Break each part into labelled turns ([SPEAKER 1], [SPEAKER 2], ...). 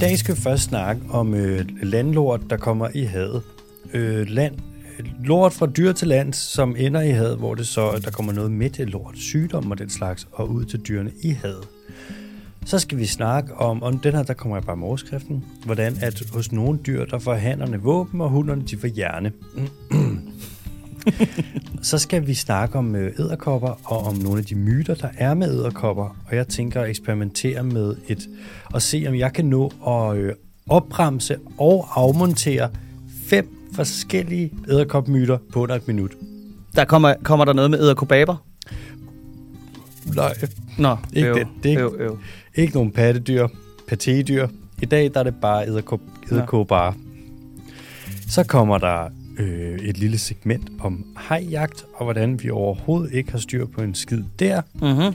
[SPEAKER 1] dag skal vi først snakke om øh, landlort, der kommer i havet. Øh, land, lort fra dyr til land, som ender i havet, hvor det så, at der kommer noget med til lort, sygdom og den slags, og ud til dyrene i havet. Så skal vi snakke om, og den her, der kommer jeg bare med overskriften, hvordan at hos nogle dyr, der får hannerne våben, og hunderne, de får hjerne. Så skal vi snakke om æderkopper og om nogle af de myter, der er med æderkopper. Og jeg tænker at eksperimentere med et, og se om jeg kan nå at øh, opremse og afmontere fem forskellige æderkopmyter på under et minut.
[SPEAKER 2] Der kommer, kommer der noget med æderkobaber?
[SPEAKER 1] Nej,
[SPEAKER 2] Nå,
[SPEAKER 1] Ikke
[SPEAKER 2] øv,
[SPEAKER 1] det. Det er ikke-
[SPEAKER 2] øv, øv.
[SPEAKER 1] ikke nogen pattedyr, patédyr. I dag der er det bare æderkop, æderkopper. Så kommer der øh, et lille segment om hajjagt, og hvordan vi overhovedet ikke har styr på en skid der.
[SPEAKER 2] Mm-hmm.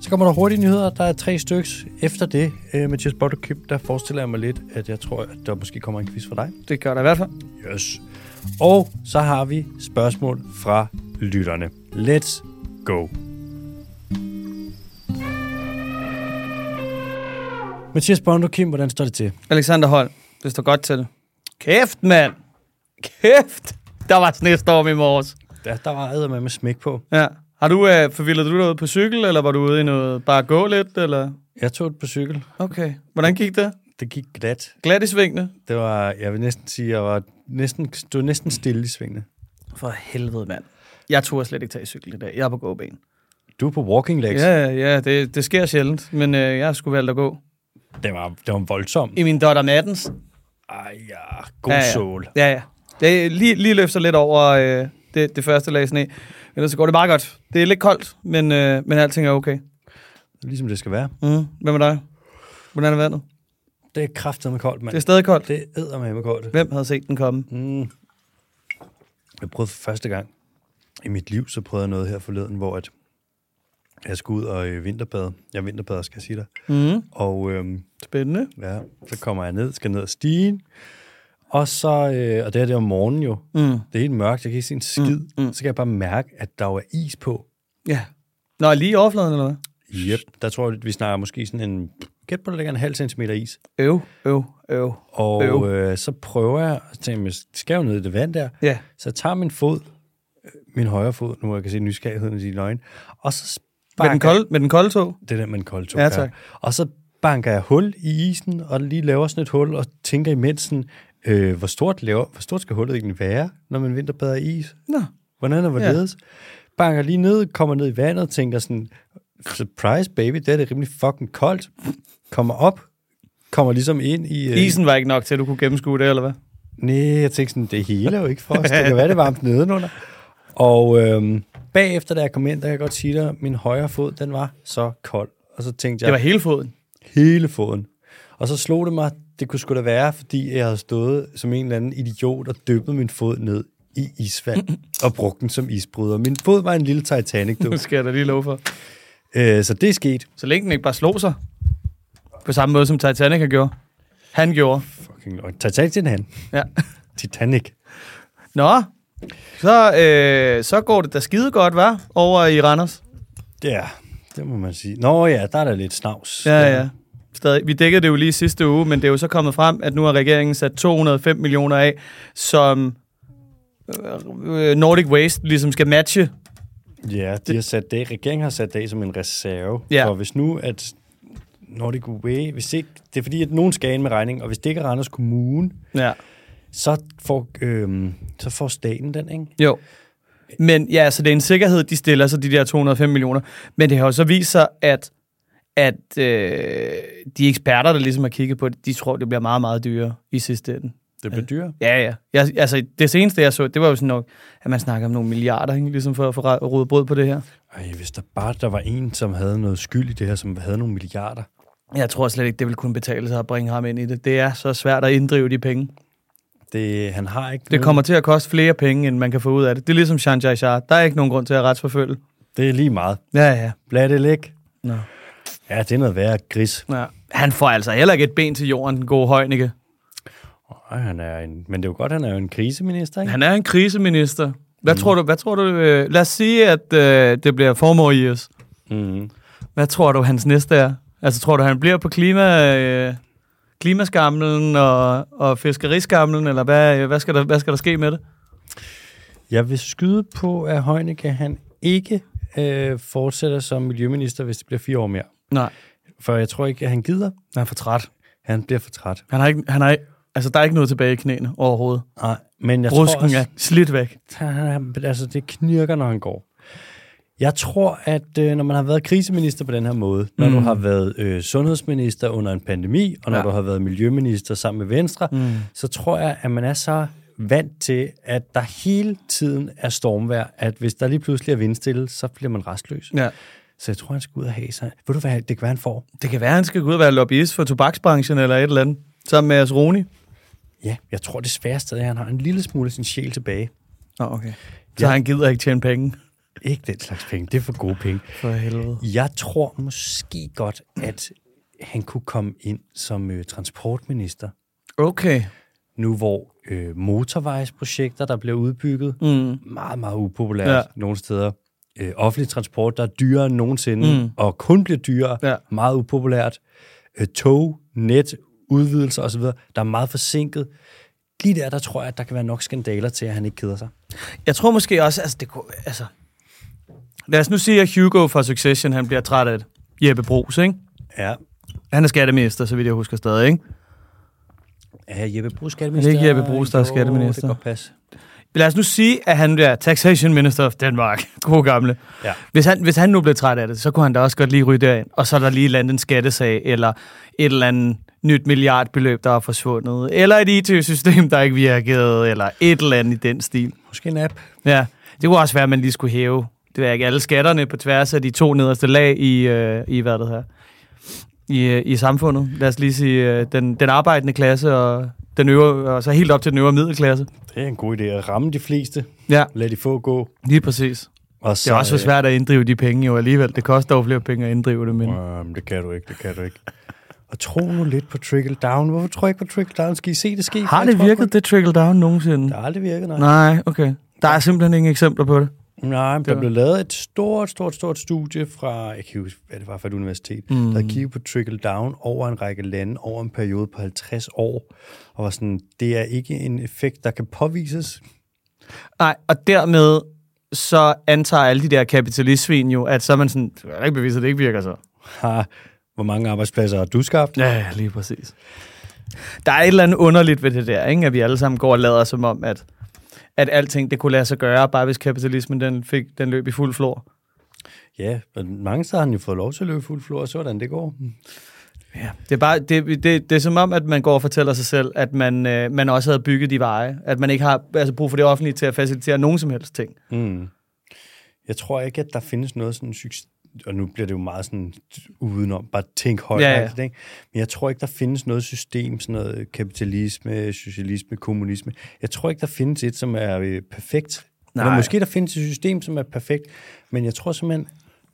[SPEAKER 1] Så kommer der hurtige nyheder. Der er tre styks. Efter det, øh, Mathias Bottekøb, der forestiller jeg mig lidt, at jeg tror, at der måske kommer en quiz for dig.
[SPEAKER 2] Det gør der i hvert fald.
[SPEAKER 1] Yes. Og så har vi spørgsmål fra lytterne. Let's go. Mathias Bondo Kim, hvordan står det til?
[SPEAKER 2] Alexander Holm, det står godt til. Kæft, mand! Kæft! Der var snestorm i morges.
[SPEAKER 1] Der, der var med med smæk på.
[SPEAKER 2] Ja. Har du, øh, forvildet du dig ud på cykel, eller var du ude i noget bare at gå lidt, eller?
[SPEAKER 1] Jeg tog det på cykel.
[SPEAKER 2] Okay. Hvordan gik det?
[SPEAKER 1] Det gik glat.
[SPEAKER 2] Glat i svingene?
[SPEAKER 1] Det var, jeg vil næsten sige, jeg var næsten, stod næsten stille i svingene.
[SPEAKER 2] For helvede, mand. Jeg turde slet ikke tage i cykel i dag. Jeg er på gåben.
[SPEAKER 1] Du er på walking legs. Yeah.
[SPEAKER 2] Ja, ja, det, det sker sjældent, men øh, jeg skulle valgt at gå.
[SPEAKER 1] Det var, det var voldsomt.
[SPEAKER 2] I min Dotter Mattens.
[SPEAKER 1] Ej, ja, god
[SPEAKER 2] ja,
[SPEAKER 1] ja,
[SPEAKER 2] ja.
[SPEAKER 1] sol.
[SPEAKER 2] Ja, ja. Det er lige, lige løfter lidt over øh, det, det første lag sne. Ellers så går det meget godt. Det er lidt koldt, men, øh, men alting er okay.
[SPEAKER 1] Ligesom det skal være.
[SPEAKER 2] Mm. Hvad med dig? Hvordan er vandet?
[SPEAKER 1] Det er kraftedeme koldt, mand.
[SPEAKER 2] Det er stadig koldt.
[SPEAKER 1] Det æder med koldt.
[SPEAKER 2] Hvem havde set den komme?
[SPEAKER 1] Mm. Jeg prøvede for første gang i mit liv, så prøvede jeg noget her forleden, hvor at jeg skulle ud og øh, vinterbade. Jeg vinterbader, skal jeg sige dig.
[SPEAKER 2] Mm.
[SPEAKER 1] Og øhm,
[SPEAKER 2] Spændende.
[SPEAKER 1] ja, så kommer jeg ned, skal ned ad stigen. Og så, øh, og det her det er om morgenen jo.
[SPEAKER 2] Mm.
[SPEAKER 1] Det er helt mørkt, jeg kan ikke se en skid. Mm,
[SPEAKER 2] mm.
[SPEAKER 1] Så kan jeg bare mærke, at der jo er is på.
[SPEAKER 2] Ja. Nå, lige i overfladen, eller hvad?
[SPEAKER 1] Yep. Der tror jeg, vi snakker måske sådan en, gæt på, der ligger en halv centimeter is.
[SPEAKER 2] Øv, øv, øv. Øv.
[SPEAKER 1] Og øh, så prøver jeg at tænke, "Men skal jeg jo ned i det vand der?
[SPEAKER 2] Ja.
[SPEAKER 1] Så jeg tager min fod, øh, min højre fod, nu hvor jeg kan se nysgerrigheden i dine øjne, og så
[SPEAKER 2] Med
[SPEAKER 1] sparker
[SPEAKER 2] den, kolde, med den kolde tog?
[SPEAKER 1] det der med en kold tog,
[SPEAKER 2] Ja,
[SPEAKER 1] ja,
[SPEAKER 2] tak.
[SPEAKER 1] Og så banker jeg hul i isen, og lige laver sådan et hul, og tænker imens sådan, øh, hvor, stort laver, hvor stort skal hullet egentlig være, når man vinterbader i is?
[SPEAKER 2] Nå.
[SPEAKER 1] Hvordan er hvorledes? Ja. Banker lige ned, kommer ned i vandet, tænker sådan, surprise baby, det er det rimelig fucking koldt. Kommer op, kommer ligesom ind i... øh,
[SPEAKER 2] Isen var ikke nok til, at du kunne gennemskue det, eller hvad?
[SPEAKER 1] Nej, jeg tænkte sådan, det hele er jo ikke for os. Det kan være, det er varmt nedenunder. Og øhm, bagefter, da jeg kom ind, der kan jeg godt sige dig, min højre fod, den var så kold. Og så tænkte jeg,
[SPEAKER 2] Det var hele foden.
[SPEAKER 1] hele foden. Og så slog det mig, det kunne sgu da være, fordi jeg havde stået som en eller anden idiot og dyppet min fod ned i isvand og brugt den som isbryder. Min fod var en lille Titanic, du.
[SPEAKER 2] Nu skal jeg da lige love for.
[SPEAKER 1] øh, så det er sket.
[SPEAKER 2] Så længe den ikke bare slog sig. På samme måde, som Titanic har gjort. Han gjorde.
[SPEAKER 1] Fucking løgn. Titanic til han.
[SPEAKER 2] Ja.
[SPEAKER 1] Titanic.
[SPEAKER 2] Nå, så, øh, så går det da skide godt, hva? Over i Randers.
[SPEAKER 1] Ja, det må man sige. Nå ja, der er da lidt snavs.
[SPEAKER 2] Ja, ja. Stadig. Vi dækkede det jo lige sidste uge, men det er jo så kommet frem, at nu har regeringen sat 205 millioner af, som øh, øh, Nordic Waste ligesom skal matche.
[SPEAKER 1] Ja, de har sat det, regeringen har sat det af som en reserve.
[SPEAKER 2] Ja.
[SPEAKER 1] Ja. For hvis nu, at Nordic Way, hvis ikke, det er fordi, at nogen skal ind med regning, og hvis det ikke er Randers Kommune,
[SPEAKER 2] Ja.
[SPEAKER 1] så får, øhm, så får staten den, ikke?
[SPEAKER 2] Jo. Men ja, så det er en sikkerhed, de stiller sig, de der 205 millioner. Men det har jo så vist sig, at, at øh, de eksperter, der ligesom har kigget på det, de tror, det bliver meget, meget dyrere i sidste ende.
[SPEAKER 1] Det bliver dyrere.
[SPEAKER 2] Ja, ja. Jeg, altså, det seneste, jeg så, det var jo sådan nok, at man snakker om nogle milliarder, ikke? ligesom for at få re- rodet brød på det her.
[SPEAKER 1] Ej, hvis der bare der var en, som havde noget skyld i det her, som havde nogle milliarder.
[SPEAKER 2] Jeg tror slet ikke, det ville kunne betale sig at bringe ham ind i det. Det er så svært at inddrive de penge.
[SPEAKER 1] Det, han har ikke
[SPEAKER 2] Det kommer til at koste flere penge, end man kan få ud af det. Det er ligesom Shanjai Shah. Der er ikke nogen grund til at retsforfølge.
[SPEAKER 1] Det er lige meget.
[SPEAKER 2] Ja, ja.
[SPEAKER 1] Lad det ligge.
[SPEAKER 2] Nå.
[SPEAKER 1] Ja, det er noget værre gris.
[SPEAKER 2] ja. Han får altså heller ikke et ben til jorden, den gode Højnække.
[SPEAKER 1] Ej, han er en, men det er jo godt, han er jo en kriseminister, ikke?
[SPEAKER 2] Han er en kriseminister. Hvad tror du? Hvad tror du øh, lad os sige, at øh, det bliver formår i os.
[SPEAKER 1] Mm.
[SPEAKER 2] Hvad tror du, hans næste er? Altså, tror du, han bliver på klima, øh, klimaskamlen og, og fiskeridskamlen, eller hvad, hvad, skal der, hvad skal der ske med det?
[SPEAKER 1] Jeg vil skyde på, at Heunicke, han ikke øh, fortsætter som miljøminister, hvis det bliver fire år mere.
[SPEAKER 2] Nej,
[SPEAKER 1] For jeg tror ikke, at han gider.
[SPEAKER 2] han er for træt.
[SPEAKER 1] Han bliver for træt.
[SPEAKER 2] Han har ikke, han har, ikke- altså, der er ikke noget tilbage i knæene overhovedet.
[SPEAKER 1] Nej, men jeg tror
[SPEAKER 2] Rusken
[SPEAKER 1] også,
[SPEAKER 2] er slidt væk.
[SPEAKER 1] han- han, altså, det knirker, når han går. Jeg tror, at øh, når man har været kriseminister på den her måde, når du har været øh, sundhedsminister under en pandemi, og når
[SPEAKER 2] Mm. Ja.
[SPEAKER 1] du har været miljøminister sammen med Venstre, mm. så tror jeg, at man er så vant til, at der hele tiden er stormvær, at hvis der lige pludselig er vindstille, så bliver man restløs.
[SPEAKER 2] Ja.
[SPEAKER 1] Så jeg tror, han skal ud og have sig. Ved du hvad, det kan være, han får.
[SPEAKER 2] Det kan være, han skal gå ud og være lobbyist for tobaksbranchen eller et eller andet, sammen med Asroni.
[SPEAKER 1] Ja, jeg tror det sværeste er, at han har en lille smule af sin sjæl tilbage.
[SPEAKER 2] Nå, okay. Så ja. han gider ikke tjene penge.
[SPEAKER 1] Ikke den slags penge, det er for gode penge.
[SPEAKER 2] For helvede.
[SPEAKER 1] Jeg tror måske godt, at han kunne komme ind som øh, transportminister.
[SPEAKER 2] Okay.
[SPEAKER 1] Nu hvor øh, motorvejsprojekter, der bliver udbygget,
[SPEAKER 2] Mm.
[SPEAKER 1] meget, meget upopulært ja.
[SPEAKER 2] Ja.
[SPEAKER 1] nogle steder. Øh, offentlig transport, der er dyrere end nogensinde, mm. og kun bliver dyrere, ja.
[SPEAKER 2] Ja.
[SPEAKER 1] meget upopulært. Øh, tog, net, udvidelser osv., der er meget forsinket. Lige der, der tror jeg, at der kan være nok skandaler til, at han ikke keder sig.
[SPEAKER 2] Jeg tror måske også, altså det kunne, altså... Lad os nu sige, at Hugo fra Succession, han bliver træt af det. Jeppe Brugs, ikke?
[SPEAKER 1] Ja,
[SPEAKER 2] Han er skatteminister, så vidt jeg husker stadig, ikke?
[SPEAKER 1] er Jeppe Brugs skatteminister?
[SPEAKER 2] Er det ikke Jeppe Bruus, der er skatteminister?
[SPEAKER 1] Jo, det kan godt passe.
[SPEAKER 2] Lad os nu sige, at han bliver Taxation Minister of Denmark. God gamle.
[SPEAKER 1] Ja.
[SPEAKER 2] Hvis han, hvis han nu blev træt af det, så kunne han da også godt lige ryge derind. Og så er der lige landet en skattesag, eller et eller andet nyt milliardbeløb, der er forsvundet. Eller et IT-system, der ikke virkede, eller et eller andet i den stil.
[SPEAKER 1] Måske en app.
[SPEAKER 2] Ja, det kunne også være, at man lige skulle hæve det ved jeg ikke, alle skatterne på tværs af de to nederste lag i, øh, i hvad det her, i, øh, i samfundet. Lad os lige sige, øh, den, den arbejdende klasse og den øvre, og så helt op til den øvre middelklasse.
[SPEAKER 1] Det er en god idé at ramme de fleste.
[SPEAKER 2] Ja, øh,
[SPEAKER 1] Lad de få gå.
[SPEAKER 2] lige præcis.
[SPEAKER 1] Og
[SPEAKER 2] Det er også for svært at inddrive de penge jo alligevel. Det koster jo flere penge at inddrive det, men...
[SPEAKER 1] Øhm, det kan du ikke, det kan du ikke. Og tro nu lidt på trickle down. Hvorfor tror jeg ikke på trickle down? Skal I se det ske?
[SPEAKER 2] Har
[SPEAKER 1] Jeg
[SPEAKER 2] det
[SPEAKER 1] tror
[SPEAKER 2] virket,
[SPEAKER 1] på
[SPEAKER 2] det trickle down nogensinde?
[SPEAKER 1] Det har aldrig virket, nej.
[SPEAKER 2] Nej, okay. Der er simpelthen ingen eksempler på det.
[SPEAKER 1] Nej, men der
[SPEAKER 2] var-
[SPEAKER 1] blev lavet et stort, stort, stort studie fra, jeg kan ikke huske, hvad det var for et universitet, mm. der kiggede på trickle down over en række lande over en periode på 50 år, og var sådan, det er ikke en effekt, der kan påvises.
[SPEAKER 2] Nej, og dermed så antager alle de der kapitalistsvin jo, at så er man sådan, det er ikke bevist, at det ikke virker så.
[SPEAKER 1] Ha, hvor mange arbejdspladser har du skabt?
[SPEAKER 2] Ja, ja, lige præcis. Der er et eller andet underligt ved det der, ikke? at vi alle sammen går og lader som om, at, at alting det kunne lade sig gøre, bare hvis kapitalismen den, fik, den løb i fuld flor.
[SPEAKER 1] Ja, men mange steder har han jo fået lov til at løbe fuld flor, og sådan det går.
[SPEAKER 2] Ja. Det, er bare, det, det, det er som om, at man går og fortæller sig selv, at man, øh, man også havde bygget de veje. At man ikke har altså, brug for det offentlige til at facilitere nogen som helst ting.
[SPEAKER 1] Mm. Jeg tror ikke, at der findes noget sådan succes og nu bliver det jo meget sådan udenom, bare tænk højt.
[SPEAKER 2] Ja, ja.
[SPEAKER 1] Ja, ja. Men jeg tror ikke, der findes noget system, sådan noget kapitalisme, socialisme, kommunisme. Jeg tror ikke, der findes et, som er øh, perfekt. Nej. Eller
[SPEAKER 2] Nej.
[SPEAKER 1] måske der findes et system, som er perfekt, men jeg tror simpelthen,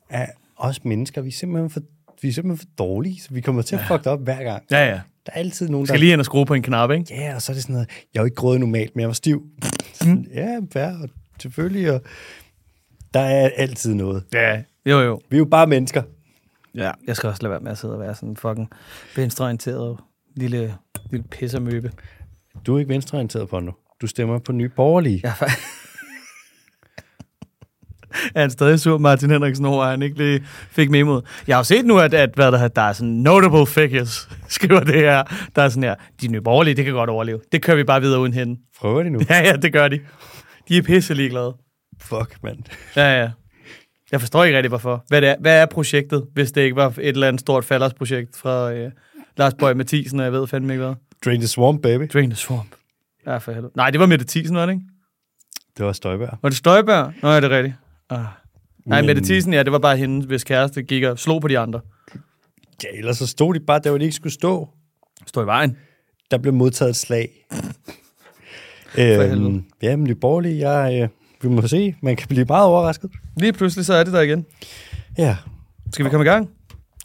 [SPEAKER 1] at os mennesker, vi er simpelthen for, vi er simpelthen for dårlige, så vi kommer til at fuck det op hver gang.
[SPEAKER 2] Ja, ja.
[SPEAKER 1] Der er altid nogen, der...
[SPEAKER 2] Skal lige ind og skrue på en knap, ikke?
[SPEAKER 1] Ja, og så er det sådan noget, jeg er jo ikke grået normalt, men jeg var stiv.
[SPEAKER 2] Mhm.
[SPEAKER 1] Sådan, ja, fair, og selvfølgelig. Og der er altid noget.
[SPEAKER 2] Ja. Jo, jo.
[SPEAKER 1] Vi er jo bare mennesker.
[SPEAKER 2] Ja. Jeg skal også lade være med at sidde og være sådan en fucking venstreorienteret lille, lille pissermøbe.
[SPEAKER 1] Du er ikke venstreorienteret på nu. Du stemmer på nye borgerlige. Ja.
[SPEAKER 2] Jeg er faktisk... er han stadig sur Martin Henriksen over, at han ikke lige fik med imod. Jeg har jo set nu, at, at hvad der, hedder, der er sådan notable figures, skriver det her. Der er sådan her, de nye borgerlige, det kan godt overleve. Det kører vi bare videre uden hende.
[SPEAKER 1] Prøver det nu.
[SPEAKER 2] Ja, ja, det gør de. De er pisse ligeglade.
[SPEAKER 1] Fuck, mand.
[SPEAKER 2] Ja, ja. Jeg forstår ikke rigtig, hvorfor. Hvad, det er, hvad er projektet, hvis det ikke var et eller andet stort faldersprojekt fra øh, Lars Bøge Mathisen, og jeg ved fandme ikke hvad.
[SPEAKER 1] Drain the swamp, baby.
[SPEAKER 2] Drain the Swamp. Ja, for helvede. Nej, det var Mette Thiesen, var det ikke?
[SPEAKER 1] Det var Støjberg.
[SPEAKER 2] Var det Støjberg? Nå, ja, det er rigtigt. Ah. Nej,
[SPEAKER 1] Men-
[SPEAKER 2] Mette Thiesen, ja, det var bare hende, hvis kæreste gik og slog på de andre.
[SPEAKER 1] Ja, ellers så stod de bare der, hvor de ikke skulle stå.
[SPEAKER 2] Stå i vejen.
[SPEAKER 1] Der blev modtaget et slag.
[SPEAKER 2] helvede.
[SPEAKER 1] øhm, ja, men nye borgerlige, jeg, øh, vi må se. Man kan blive meget overrasket.
[SPEAKER 2] Lige pludselig, så er det der igen.
[SPEAKER 1] Ja,
[SPEAKER 2] Skal vi komme i gang?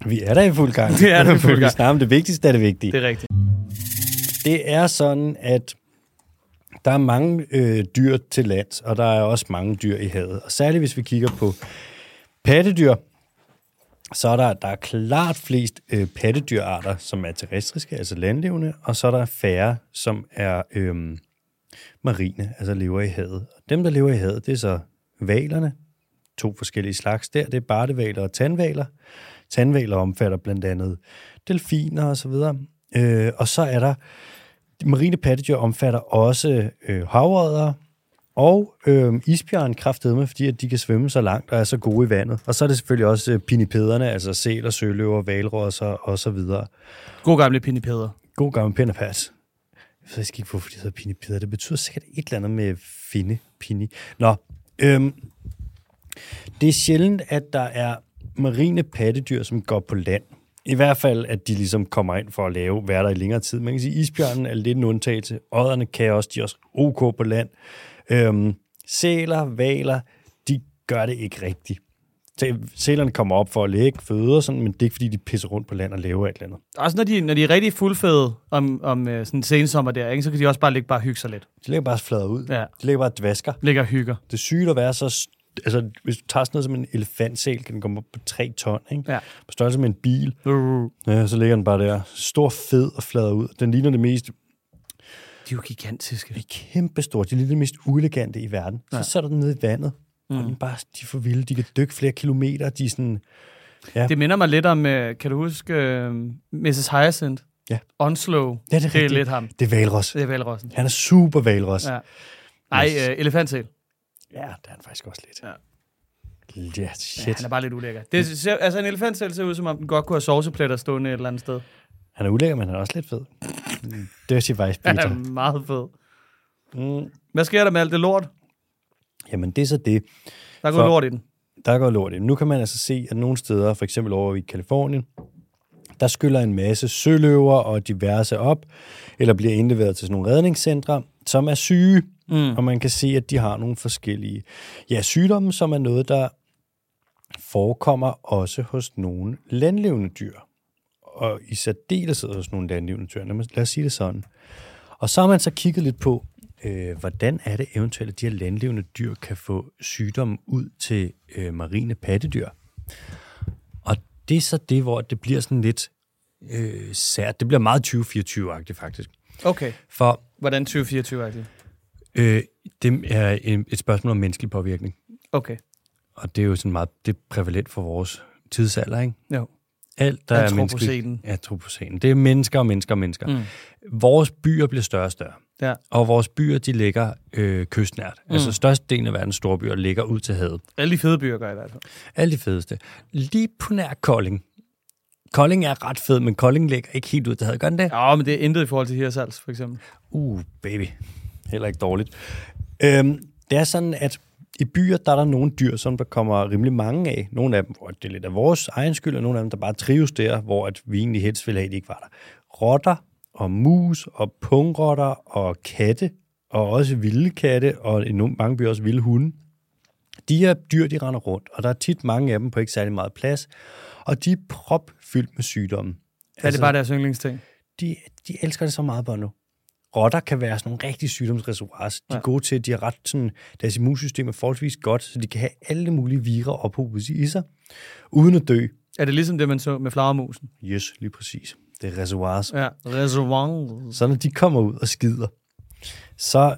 [SPEAKER 1] vi er der i fuld gang.
[SPEAKER 2] Vi er der i fuld
[SPEAKER 1] Vi
[SPEAKER 2] gang.
[SPEAKER 1] snakker om det vigtigste af det vigtige.
[SPEAKER 2] Det er rigtigt.
[SPEAKER 1] Det er sådan, at der er mange øh, dyr til land, og der er også mange dyr i havet. Og særligt hvis vi kigger på pattedyr, så er der, der er klart flest øh, pattedyrarter, som er terrestriske, altså landlevende, og så er der færre, som er øh, marine, altså lever i havet. Og dem, der lever i havet, det er så valerne, to forskellige slags der, det er bartevaler og tandvaler. Tandvaler omfatter blandt andet delfiner og så videre. Øh, og så er der, de marine pattedyr omfatter også øh, havodder, og øh, isbjørn kraftedeme, fordi at de kan svømme så langt og er så gode i vandet. Og så er det selvfølgelig også øh, pinnipederne, altså sæl og søløver, valrosser og så videre.
[SPEAKER 2] God gamle Pinni Peder.
[SPEAKER 1] God gammel pindepas. Jeg ved ikke, hvorfor det hedder pinnipeder. Det betyder sikkert et eller andet med finde, pinni. Nå, øhm, det er sjældent, at der er marine pattedyr, som går på land. I hvert fald, at de ligesom kommer ind for at lave værter i længere tid. Man kan sige, at isbjørnen er lidt en undtagelse. Odderne kan også, de er også ok på land. Øhm, sæler, valer, de gør det ikke rigtigt. Sæ- Sælerne kommer op for at lægge føde og sådan, men det er ikke, fordi de pisser rundt på land og laver et eller andet.
[SPEAKER 2] Også når de, når de er rigtig fuldfede om, om øh, sådan en sensommer der, ikke, så kan de også bare ligge bare og hygge sig lidt.
[SPEAKER 1] De ligger bare flader ud.
[SPEAKER 2] Ja.
[SPEAKER 1] De ligger bare og dvasker.
[SPEAKER 2] Ligger og hygger.
[SPEAKER 1] Det er sygt at være så... st- Altså, hvis du tager sådan noget som en elefantsæl, kan den komme op på 3 ton, ikke?
[SPEAKER 2] Ja.
[SPEAKER 1] På størrelse med en bil.
[SPEAKER 2] Uh,
[SPEAKER 1] Ja, så ligger den bare der. Stor, fed og flader ud. Den ligner det mest
[SPEAKER 2] de er jo gigantiske.
[SPEAKER 1] kæmpe store. De ligner det mest uelegante i verden. Ja.
[SPEAKER 2] Ja.
[SPEAKER 1] Så sætter den ned i vandet. Mm. Og den bare, de er for vilde. De kan dykke flere kilometer. De er sådan... Ja.
[SPEAKER 2] Det minder mig lidt om, øh, kan du huske, øh, Mrs. Hyacinth?
[SPEAKER 1] Ja.
[SPEAKER 2] Onslow.
[SPEAKER 1] Ja, det er
[SPEAKER 2] det er
[SPEAKER 1] rigtigt.
[SPEAKER 2] lidt ham.
[SPEAKER 1] Det er valros.
[SPEAKER 2] Det er valrossen.
[SPEAKER 1] Han er super valros. Ja.
[SPEAKER 2] Ja. Nej, øh, elefantsæl.
[SPEAKER 1] ja, det er han faktisk også lidt.
[SPEAKER 2] Ja.
[SPEAKER 1] Ja,
[SPEAKER 2] Ja,
[SPEAKER 1] shit.
[SPEAKER 2] han er bare lidt ulækker. Det ser, altså, en elefantsæl ser ud, som om den godt kunne have sovsepletter stående et eller andet sted.
[SPEAKER 1] Han er ulækker, men han er også lidt fed. Dirty Vice
[SPEAKER 2] Mm. Han
[SPEAKER 1] Peter.
[SPEAKER 2] er meget fed.
[SPEAKER 1] Mm.
[SPEAKER 2] Hvad sker der med alt det lort?
[SPEAKER 1] Jamen, det er så det.
[SPEAKER 2] Der er gået
[SPEAKER 1] For-
[SPEAKER 2] lort i den.
[SPEAKER 1] Der går lort i. Nu kan man altså se, at nogle steder, for eksempel over i Kalifornien, der skyller en masse søløver og diverse op, eller bliver indleveret til sådan nogle redningscentre, som er syge. Mm. Og man kan se, at de har nogle forskellige ja, sygdomme, som er noget, der forekommer også hos nogle landlevende dyr. Og i særdeleshed hos nogle landlevende dyr. Lad, mig, lad os sige det sådan. Og så har man så kigget lidt på, øh, hvordan er det eventuelt, at de her landlevende dyr kan få sygdomme ud til øh, marine pattedyr. Og det er så det, hvor det bliver sådan lidt øh, sært. Det bliver meget 2024-agtigt faktisk.
[SPEAKER 2] Okay.
[SPEAKER 1] For
[SPEAKER 2] Hvordan 2024 er det?
[SPEAKER 1] øh, det er en- et spørgsmål om menneskelig påvirkning.
[SPEAKER 2] Okay.
[SPEAKER 1] Og det er jo sådan meget det er prævalent for vores tidsalder, ikke?
[SPEAKER 2] Jo.
[SPEAKER 1] Alt, der er
[SPEAKER 2] Antropocænen.
[SPEAKER 1] menneskeligt. Antropocenen. Det er mennesker og mennesker og mennesker. Mm. Vores byer bliver større og større.
[SPEAKER 2] Ja.
[SPEAKER 1] Og vores byer, de ligger øh, kystnært. Mm. Altså størstedelen af verdens store byer ligger ud til havet.
[SPEAKER 2] Alle de fede byer gør i hvert fald.
[SPEAKER 1] Alle de fedeste. Lige på nær Kolding. Kolding er ret fed, men Kolding ligger ikke helt ud til havet. Gør den det?
[SPEAKER 2] Ja, men det er intet i forhold til Hirsals, for eksempel.
[SPEAKER 1] Uh, baby. Heller ikke dårligt. Øhm, det er sådan, at i byer, der er der nogle dyr, som der kommer rimelig mange af. Nogle af dem, hvor det er lidt af vores egen skyld, og nogle af dem, der bare trives der, hvor at vi egentlig helst ville have, at de ikke var der. Rotter og mus og pungrotter og katte, og også vilde katte, og i nogle mange byer også vilde hunde. De her dyr, de render rundt, og der er tit mange af dem på ikke særlig meget plads, og de er propfyldt med sygdomme
[SPEAKER 2] Er altså, det bare deres yndlingsting?
[SPEAKER 1] de, de elsker det så meget bare nu. Rotter kan være sådan nogle rigtig sygdomsreservoirer. så De er
[SPEAKER 2] Ja.
[SPEAKER 1] gode til, at de har ret sådan, deres immunsystem er forholdsvis godt, så de kan have alle mulige virer ophobet i sig, uden at dø.
[SPEAKER 2] Er det ligesom det, man så med flagermusen?
[SPEAKER 1] Yes, lige præcis. Det er reservoirs.
[SPEAKER 2] Ja. Reservoir.
[SPEAKER 1] Så når de kommer ud og skider, så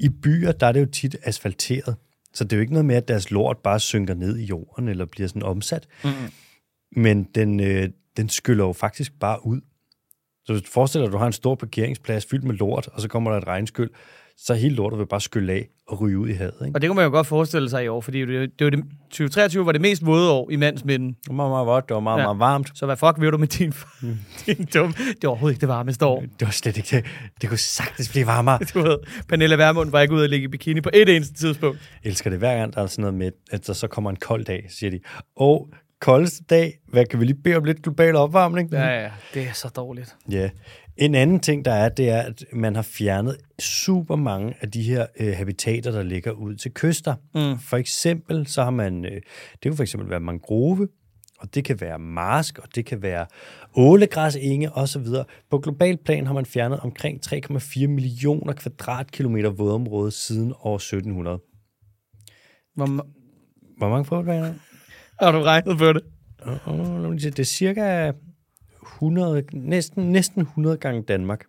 [SPEAKER 1] i byer, der er det jo tit asfalteret. Så det er jo ikke noget med, at deres lort bare synker ned i jorden eller bliver sådan omsat.
[SPEAKER 2] Mm-mm.
[SPEAKER 1] Men den, øh, den skyller jo faktisk bare ud. Så hvis du forestiller dig, at du har en stor parkeringsplads fyldt med lort, og så kommer der et regnskyld, så er hele lortet vil bare skylle af og ryge ud i havet. Ikke?
[SPEAKER 2] Og det kunne man jo godt forestille sig i år, fordi det, det var det, 2023 var det mest våde år i mandsminden.
[SPEAKER 1] Det var meget, meget vådt, det var meget,
[SPEAKER 2] Ja.
[SPEAKER 1] ja. meget varmt.
[SPEAKER 2] Så hvad fuck vil du med din, din dum... Det var overhovedet ikke det varmeste år.
[SPEAKER 1] Det var slet ikke det. Det kunne sagtens blive varmere.
[SPEAKER 2] Du ved, Pernille Vermund var ikke ude at ligge i bikini på et eneste tidspunkt.
[SPEAKER 1] Jeg elsker det hver gang, der er sådan noget med, at der så kommer en kold dag, siger de. Og koldeste dag, hvad kan vi lige bede om lidt global opvarmning?
[SPEAKER 2] Ja, ja, det er så dårligt.
[SPEAKER 1] Ja. En anden ting, der er, det er, at man har fjernet super mange af de her øh, habitater, der ligger ud til kyster. Mm. For eksempel, så har man, øh, det kan for eksempel være mangrove, og det kan være marsk, og det kan være ålegræsenge osv. På global plan har man fjernet omkring 3,4 millioner kvadratkilometer vådområde siden år 1700.
[SPEAKER 2] Hvor, ma-
[SPEAKER 1] Hvor mange prøver du
[SPEAKER 2] har du regnet på det?
[SPEAKER 1] Åh, lad mig lige se. Det er cirka 100, næsten, næsten 100 gange Danmark.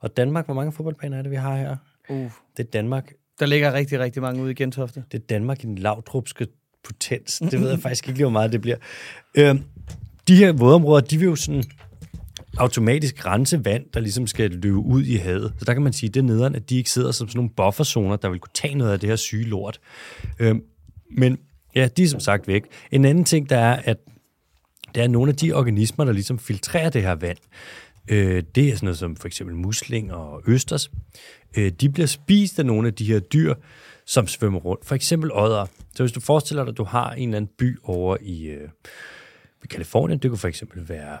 [SPEAKER 1] Og Danmark, hvor mange fodboldbaner er det, vi har her?
[SPEAKER 2] Uh.
[SPEAKER 1] Det er Danmark,
[SPEAKER 2] Der ligger rigtig, rigtig mange ude i Gentofte.
[SPEAKER 1] det er Danmark i den lavdrupske potens. Det ved jeg faktisk ikke lige, hvor meget det bliver. Øhm, de her vådområder, de vil jo sådan automatisk rense vand, der ligesom skal løbe ud i havet. Så der kan man sige, det er nederen, at de ikke sidder som sådan nogle bufferzoner, der vil kunne tage noget af det her syge lort. Øhm, men ja, de er som sagt væk. En anden ting, der er, at det er nogle af de organismer, der ligesom filtrerer det her vand. Øh, det er sådan noget som for eksempel musling og østers. Øh, de bliver spist af nogle af de her dyr, som svømmer rundt. For eksempel ådder. Så hvis du forestiller dig, at du har en eller anden by over i øh, i Kalifornien, det kunne for eksempel være, lad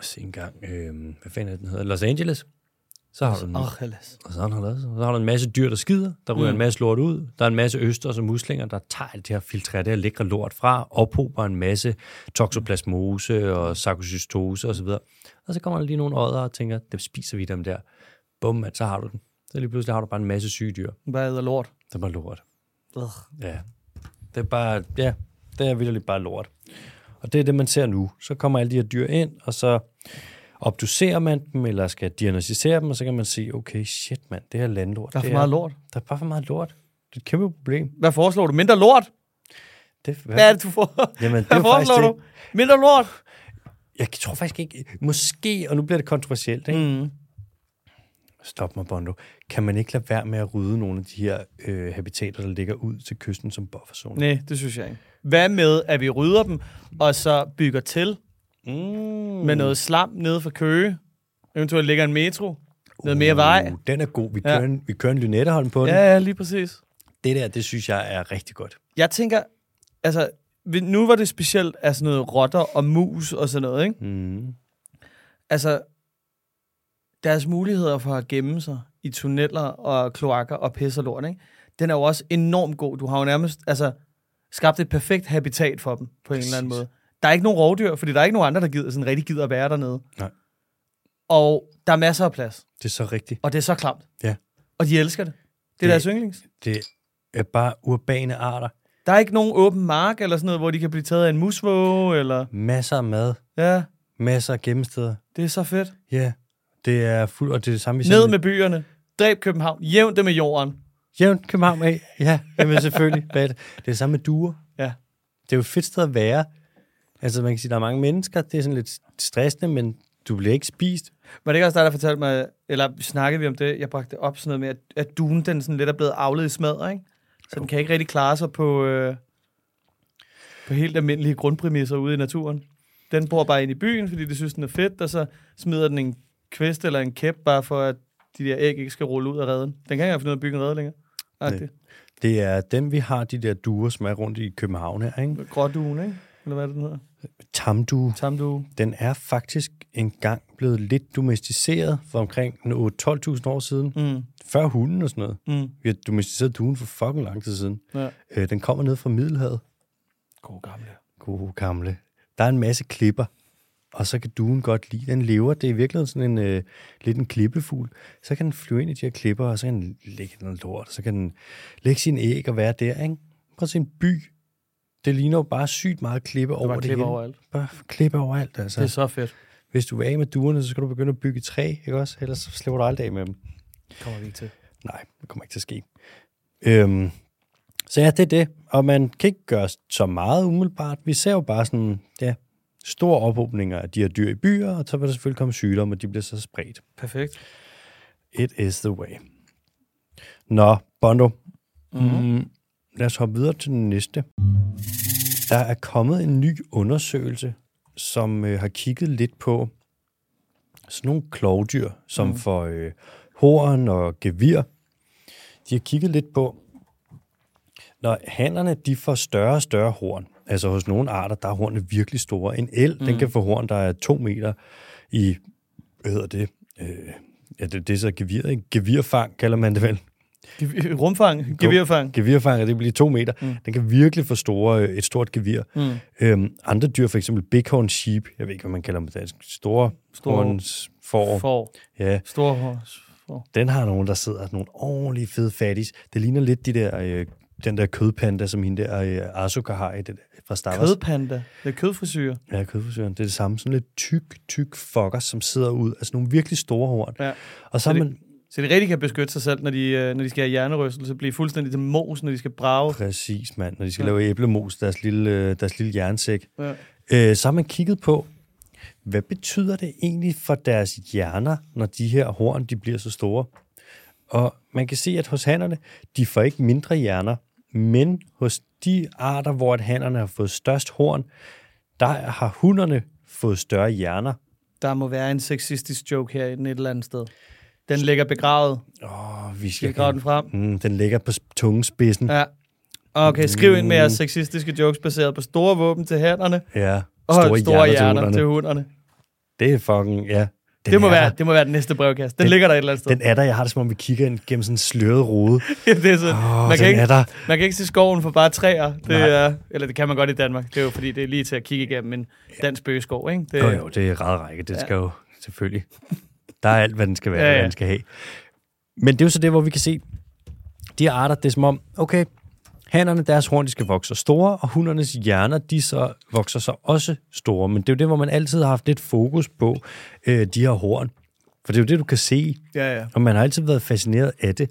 [SPEAKER 1] os se engang, øh, hvad fanden er det, den hedder, Los Angeles. Så har du den.
[SPEAKER 2] Åh, ellers.
[SPEAKER 1] Og så har, der, så har der en masse dyr, der skider. Der ryger mm. en masse lort ud. Der er en masse østers og muslinger, der tager alt det her filtrerer det her lækre lort fra, ophober en masse toxoplasmose og sarkocystose osv. Og, og så kommer der lige nogle ådder og tænker, dem spiser vi dem der. Bum, mand, så har du den. Så lige pludselig har du bare en masse syge dyr.
[SPEAKER 2] Bare æder lort.
[SPEAKER 1] Det er bare lort.
[SPEAKER 2] Ugh.
[SPEAKER 1] Ja. Det er bare, ja, det er vildt bare lort. Og det er det, man ser nu. Så kommer alle de her dyr ind, og så obducerer man dem, eller skal diagnostisere dem, og så kan man sige, okay, shit mand, det her landlort.
[SPEAKER 2] Der er for
[SPEAKER 1] det
[SPEAKER 2] meget lort.
[SPEAKER 1] Der er bare for meget lort. Det er et kæmpe problem.
[SPEAKER 2] Hvad foreslår du? Mindre lort?
[SPEAKER 1] Det, hvad,
[SPEAKER 2] Hvad er det, du får?
[SPEAKER 1] Jamen, det er
[SPEAKER 2] Hvad
[SPEAKER 1] jo faktisk
[SPEAKER 2] foreslår du? Mindre lort?
[SPEAKER 1] Jeg tror faktisk ikke, måske, og nu bliver det kontroversielt, ikke?
[SPEAKER 2] Mm.
[SPEAKER 1] Stop mig, Bondo. Kan man ikke lade være med at rydde nogle af de her øh, habitater, der ligger ud til kysten som bufferzone?
[SPEAKER 2] Nej, det synes jeg ikke. Hvad med, at vi rydder dem, og så bygger til
[SPEAKER 1] Mm.
[SPEAKER 2] med noget slam nede for Køge? Eventuelt ligger en metro? Noget mere vej?
[SPEAKER 1] Uh, den er god. Vi
[SPEAKER 2] Ja.
[SPEAKER 1] kører, ja. en, vi kører en lynetteholm på den.
[SPEAKER 2] Ja, ja, lige præcis.
[SPEAKER 1] Det der, det synes jeg er rigtig godt.
[SPEAKER 2] Jeg tænker, altså, vi- nu var det specielt af sådan noget rotter og mus og sådan noget, ikke?
[SPEAKER 1] Mm.
[SPEAKER 2] Altså, deres muligheder for at gemme sig i tunneller og kloakker og pis og lort, ikke? Den er jo også enormt god. Du har jo nærmest, altså, skabt et perfekt habitat for dem, på en eller anden
[SPEAKER 1] Præcis.
[SPEAKER 2] måde. Der er ikke nogen rovdyr, fordi der er ikke nogen andre, der gider, sådan rigtig gider at være dernede.
[SPEAKER 1] Nej.
[SPEAKER 2] Og der er masser af plads,
[SPEAKER 1] Det er så rigtigt.
[SPEAKER 2] og det er så klamt.
[SPEAKER 1] Ja.
[SPEAKER 2] Og de elsker det. Det er
[SPEAKER 1] Det-
[SPEAKER 2] deres yndlings.
[SPEAKER 1] Det er bare urbane arter.
[SPEAKER 2] Der er ikke nogen åben mark eller sådan noget, hvor de kan blive taget af en musvåge, eller...
[SPEAKER 1] Masser af mad.
[SPEAKER 2] Ja,
[SPEAKER 1] Masser af gemmesteder.
[SPEAKER 2] det er så fedt.
[SPEAKER 1] Ja, yeah. det er fuldt, og det er det samme, vi
[SPEAKER 2] Ned med byerne. Dræb København. Jævn det med jorden.
[SPEAKER 1] Jævnt København med. Ja, jamen selvfølgelig. Hvad er det? det er det samme med duer.
[SPEAKER 2] Ja.
[SPEAKER 1] Det er jo et fedt sted at være. Altså, man kan sige, der er mange mennesker. Det er sådan lidt stressende, men du bliver ikke spist.
[SPEAKER 2] Var det ikke også dig, der fortalte mig, eller snakkede vi om det, jeg bragte det op sådan noget med, at, at duen den sådan lidt er blevet afledt i smadret, ikke? Så den kan ikke rigtig klare sig på, øh, på helt almindelige grundpræmisser ude i naturen. Den bor bare ind i byen, fordi det synes, den er fedt, og så smider den en kvist eller en kæp, bare for at de der æg ikke skal rulle ud af redden. Den kan ikke engang finde ud af at bygge en redde længere. Nej,
[SPEAKER 1] Nej.
[SPEAKER 2] det
[SPEAKER 1] Det er dem, vi har, de der duer, som er rundt i København her, ikke?
[SPEAKER 2] er gråduen, ikke? Eller hvad er det, den hedder?
[SPEAKER 1] Tamdue.
[SPEAKER 2] Tamdue.
[SPEAKER 1] den er faktisk engang blevet lidt domesticeret for omkring en 8-12.000 år siden.
[SPEAKER 2] Mm.
[SPEAKER 1] Før hunden og sådan noget.
[SPEAKER 2] Mm.
[SPEAKER 1] Vi har domesticeret duen for fucking lang tid siden.
[SPEAKER 2] Ja.
[SPEAKER 1] Øh, den kommer ned fra Middelhavet.
[SPEAKER 2] God gamle.
[SPEAKER 1] Gode gamle. Der er en masse klipper, og så kan duen godt lide. Den lever, det er i virkeligheden sådan en øh, lidt en klippefugl. Så kan den flyve ind i de her klipper, og så kan den lægge noget lort, og så kan den lægge sine æg og være der, ikke? Prøv at se en by. Det ligner jo bare sygt meget klippe over det
[SPEAKER 2] klipper
[SPEAKER 1] hele.
[SPEAKER 2] overalt.
[SPEAKER 1] Bare klippe overalt, altså.
[SPEAKER 2] Det er så fedt.
[SPEAKER 1] Hvis du vil af med duerne, så skal du begynde at bygge træ, ikke også? Ellers så slipper du aldrig af med dem.
[SPEAKER 2] Kommer vi ikke til.
[SPEAKER 1] Nej, det kommer ikke til at ske. Øhm, så ja, det er det. Og man kan ikke gøre så meget umiddelbart. Vi ser jo bare sådan, ja, store ophobninger af de her dyr i byer, og så vil der selvfølgelig komme sygdomme, og de bliver så spredt.
[SPEAKER 2] Perfekt.
[SPEAKER 1] It is the way. Nå, Bondo. Mm-hmm. Mm, lad os hoppe videre til den næste. Der er kommet en ny undersøgelse, som øh, har kigget lidt på sådan nogle klovdyr, som mm. for øh, horn og gevir. De har kigget lidt på, når hannerne de får større og større horn, altså hos nogle arter, der er hornene virkelig store. En el, mm. den kan få horn, der er to meter i, hvad hedder det, øh, ja, det, det er så gevir, ikke? gevirfang kalder man det vel.
[SPEAKER 2] Gev- Rumfang, gevirfang.
[SPEAKER 1] Gevirfanger, det bliver to meter. Mm. Den kan virkelig få store, øh, et stort gevir. Mm. Øhm, andre dyr, for eksempel bighorn sheep, jeg ved ikke, hvad man kalder dem på dansk, store,
[SPEAKER 2] Store-
[SPEAKER 1] store. horns får. For.
[SPEAKER 2] For.
[SPEAKER 1] Ja,
[SPEAKER 2] Store hår. For.
[SPEAKER 1] den har nogen, der sidder nogle ordentlige fede fatties. Det ligner lidt de der øh, den der kødpanda, som hende der øh, Asuka har i det, fra Star Wars.
[SPEAKER 2] Kødpanda. Det er kødfrisyrer.
[SPEAKER 1] Ja, kødfrisøren. Det er det samme. Sådan lidt tyk, tyk fucker, som sidder ud. Altså nogle virkelig store horn.
[SPEAKER 2] Ja.
[SPEAKER 1] Og så er
[SPEAKER 2] Er det-
[SPEAKER 1] man...
[SPEAKER 2] Så de rigtig kan beskytte sig selv, når de, øh, når de skal have hjernerystelse, blive fuldstændig til mos, når de skal brage.
[SPEAKER 1] Præcis, mand. Når de skal ja.
[SPEAKER 2] Ja.
[SPEAKER 1] lave æblemos, deres lille, øh, deres lille jernsæk.
[SPEAKER 2] Ja.
[SPEAKER 1] Øh, så har man kigget på, hvad betyder det egentlig for deres hjerner, når de her horn de bliver så store? Og man kan se, at hos hannerne, de får ikke mindre hjerner, men hos de arter, hvor at hannerne har fået størst horn, der har hunderne fået større hjerner.
[SPEAKER 2] Der må være en sexistisk joke her et eller andet sted. Den ligger begravet.
[SPEAKER 1] Åh, vi
[SPEAKER 2] Skal
[SPEAKER 1] skal...
[SPEAKER 2] vi grave den frem?
[SPEAKER 1] Mm, den ligger på s- tungespidsen. Ja.
[SPEAKER 2] Ja. Okay, skriv ind med
[SPEAKER 1] Mm.
[SPEAKER 2] jeres sexistiske jokes baseret på store våben til hænderne
[SPEAKER 1] ja.
[SPEAKER 2] og store, store hjerner
[SPEAKER 1] hunderne.
[SPEAKER 2] til hunderne.
[SPEAKER 1] Det er fucking... Ja. Den
[SPEAKER 2] Det må,
[SPEAKER 1] er
[SPEAKER 2] være,
[SPEAKER 1] der.
[SPEAKER 2] det må være den næste brevkasse. Den, den ligger der et eller andet sted.
[SPEAKER 1] Den er der. Jeg har det, som om vi kigger ind gennem sådan en sløret rode.
[SPEAKER 2] det er sådan,
[SPEAKER 1] Åh,
[SPEAKER 2] oh, man,
[SPEAKER 1] den
[SPEAKER 2] kan ikke,
[SPEAKER 1] er der.
[SPEAKER 2] man kan ikke se skoven for bare træer. Det
[SPEAKER 1] Nej.
[SPEAKER 2] er, eller det kan man godt i Danmark. Det er jo fordi, det er lige til at kigge igennem en dansk bøgeskov, ikke? Det,
[SPEAKER 1] Jo, jo, det er række. Det
[SPEAKER 2] Ja.
[SPEAKER 1] skal jo selvfølgelig. Der er alt, hvad den skal være, ja,
[SPEAKER 2] Ja,
[SPEAKER 1] ja.
[SPEAKER 2] ja.
[SPEAKER 1] hvad den skal have. Men det er jo så det, hvor vi kan se, de her arter, det er som om, okay, hannerne, deres horn, de skal vokse sig store, og hundernes hjerner, de så vokser sig også store. Men det er jo det, hvor man altid har haft lidt fokus på øh, de her horn. For det er jo det, du kan se
[SPEAKER 2] Ja, ja.
[SPEAKER 1] Og man har altid været fascineret af det.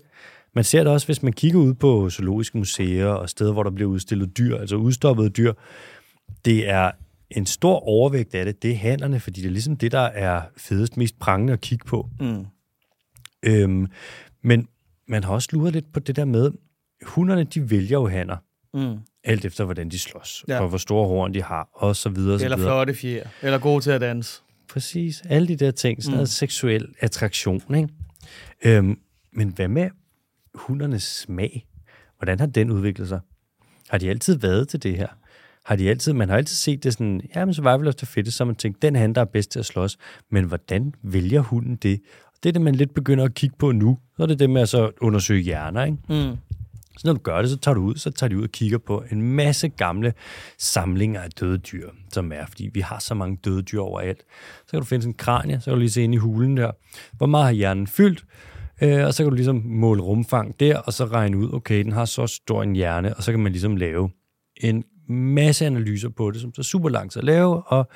[SPEAKER 1] Man ser det også, hvis man kigger ud på zoologiske museer og steder, hvor der bliver udstillet dyr, altså udstoppede dyr. Det er en stor overvægt af det, det er hannerne, fordi det er ligesom det, der er fedest, mest prangende at kigge på.
[SPEAKER 2] Mm.
[SPEAKER 1] Øhm, men man har også luret lidt på det der med, hunderne, de vælger jo hanner,
[SPEAKER 2] Mm.
[SPEAKER 1] alt efter hvordan de slås, ja.
[SPEAKER 2] Ja.
[SPEAKER 1] og hvor store horn de har, og så videre, og så
[SPEAKER 2] Eller
[SPEAKER 1] videre.
[SPEAKER 2] flotte fjer. Eller gode til at danse.
[SPEAKER 1] Præcis. Alle de der ting. Sådan noget mm. seksuel attraktion, ikke? Øhm, men hvad med hundernes smag? Hvordan har den udviklet sig? Har de altid været til det her? Har de altid, man har altid set det sådan, ja, men survival of the fittest, så har man tænkt, den han, der er bedst til at slås. Men hvordan vælger hunden det? Og det er det, man lidt begynder at kigge på nu. Så er det det med at så undersøge hjerner, ikke?
[SPEAKER 2] Mm.
[SPEAKER 1] Så når du gør det, så tager du ud, så tager de ud og kigger på en masse gamle samlinger af døde dyr, som er, fordi vi har så mange døde dyr overalt. Så kan du finde sådan en kranie, så kan du lige se ind i hulen der, hvor meget har hjernen fyldt, øh, og så kan du ligesom måle rumfang der, og så regne ud, okay, den har så stor en hjerne, og så kan man ligesom lave en masse analyser på det, som så er super langt at lave, og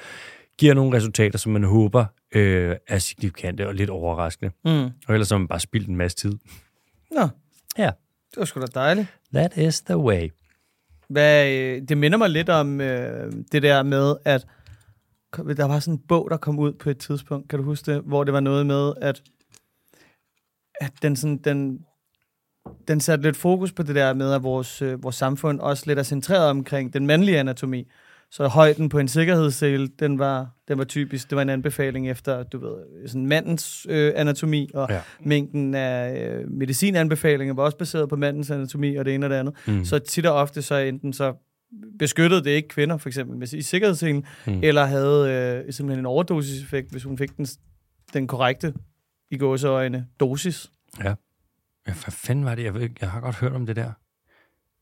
[SPEAKER 1] giver nogle resultater, som man håber øh, er signifikante og lidt overraskende.
[SPEAKER 2] Mm.
[SPEAKER 1] Og ellers har man bare spildt en masse tid.
[SPEAKER 2] Nå,
[SPEAKER 1] Ja,
[SPEAKER 2] det var sgu da dejligt.
[SPEAKER 1] that is the way.
[SPEAKER 2] Hvad, øh, det minder mig lidt om øh, det der med, at kom- der var sådan en bog, der kom ud på et tidspunkt, kan du huske det, hvor det var noget med, at, at den, sådan, den, den satte lidt fokus på det der med, at vores, øh, vores samfund også lidt er centreret omkring den mandlige anatomi. Så højden på en sikkerhedssele, den var, den var typisk, det var en anbefaling efter, du ved, sådan mandens øh, anatomi, og
[SPEAKER 1] Ja.
[SPEAKER 2] ja. mængden af øh, medicinanbefalinger var også baseret på mandens anatomi, og det ene og det andet.
[SPEAKER 1] Mm.
[SPEAKER 2] så tit og ofte så enten så beskyttede det ikke kvinder, for eksempel med, i sikkerhedsscenen,
[SPEAKER 1] Mm.
[SPEAKER 2] mm. eller havde øh, simpelthen en overdosiseffekt, hvis hun fik den, den korrekte, i gåseøjne, dosis.
[SPEAKER 1] Ja, hvad fanden var det? Jeg, ved, ikke- jeg har godt hørt om det der.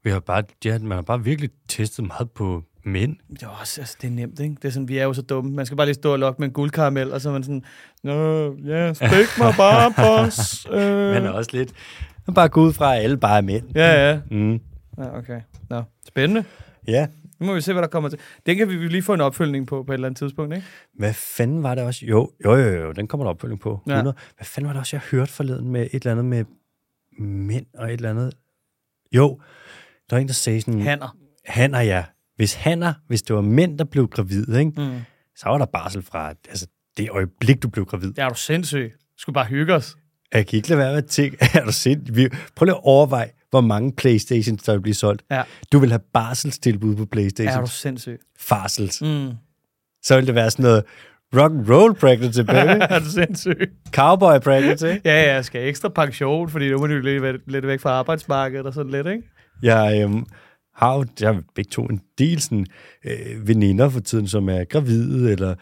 [SPEAKER 1] Vi har bare, ja, man har bare virkelig testet meget på mænd.
[SPEAKER 2] Det er også, altså, det er nemt, ikke? Det er sådan, vi er jo så dumme. Man skal bare lige stå og lokke med en guldkaramel, og så er man sådan, Nå, ja, stik mig bare, boss. Øh.
[SPEAKER 1] Man er også lidt... Man bare gå ud fra, at alle bare er mænd.
[SPEAKER 2] Ja, ja.
[SPEAKER 1] Mm.
[SPEAKER 2] ja okay. Nå, spændende.
[SPEAKER 1] Ja,
[SPEAKER 2] Nu må vi se, hvad der kommer til. Den kan vi jo lige få en opfølgning på, på et eller andet tidspunkt, ikke?
[SPEAKER 1] hvad fanden var det også? Jo, jo, jo, jo den kommer der opfølging på.
[SPEAKER 2] Ja.
[SPEAKER 1] 100. Hvad fanden var det også, jeg hørte forleden med et eller andet med mænd og et eller andet? Jo, der er en, der sagde sådan...
[SPEAKER 2] Hanner.
[SPEAKER 1] Hanner, ja. Hvis hanner, hvis det var mænd, der blev gravide, ikke?
[SPEAKER 2] Mm.
[SPEAKER 1] så var der barsel fra altså, det øjeblik, du blev gravid.
[SPEAKER 2] Det er du sindssyg. Skulle bare hygge os.
[SPEAKER 1] Jeg kan ikke lade være med at tænke, er du sind? Vi, prøv lige at overveje, hvor mange Playstations, der vil blive solgt.
[SPEAKER 2] Ja.
[SPEAKER 1] Du vil have barselstilbud på
[SPEAKER 2] Er
[SPEAKER 1] Playstation.
[SPEAKER 2] du sindssyg?
[SPEAKER 1] Farsels.
[SPEAKER 2] Mm.
[SPEAKER 1] Så vil det være sådan noget rock and roll pregnancy, baby.
[SPEAKER 2] er du sindssyg?
[SPEAKER 1] Cowboy pregnancy.
[SPEAKER 2] Ja, ja, jeg skal have ekstra pension, fordi nu må du lidt, væ- lidt væk fra arbejdsmarkedet og sådan lidt, ikke?
[SPEAKER 1] Jeg øhm, har jo jeg har begge to en del sådan, øh, veninder for tiden, som er gravide, eller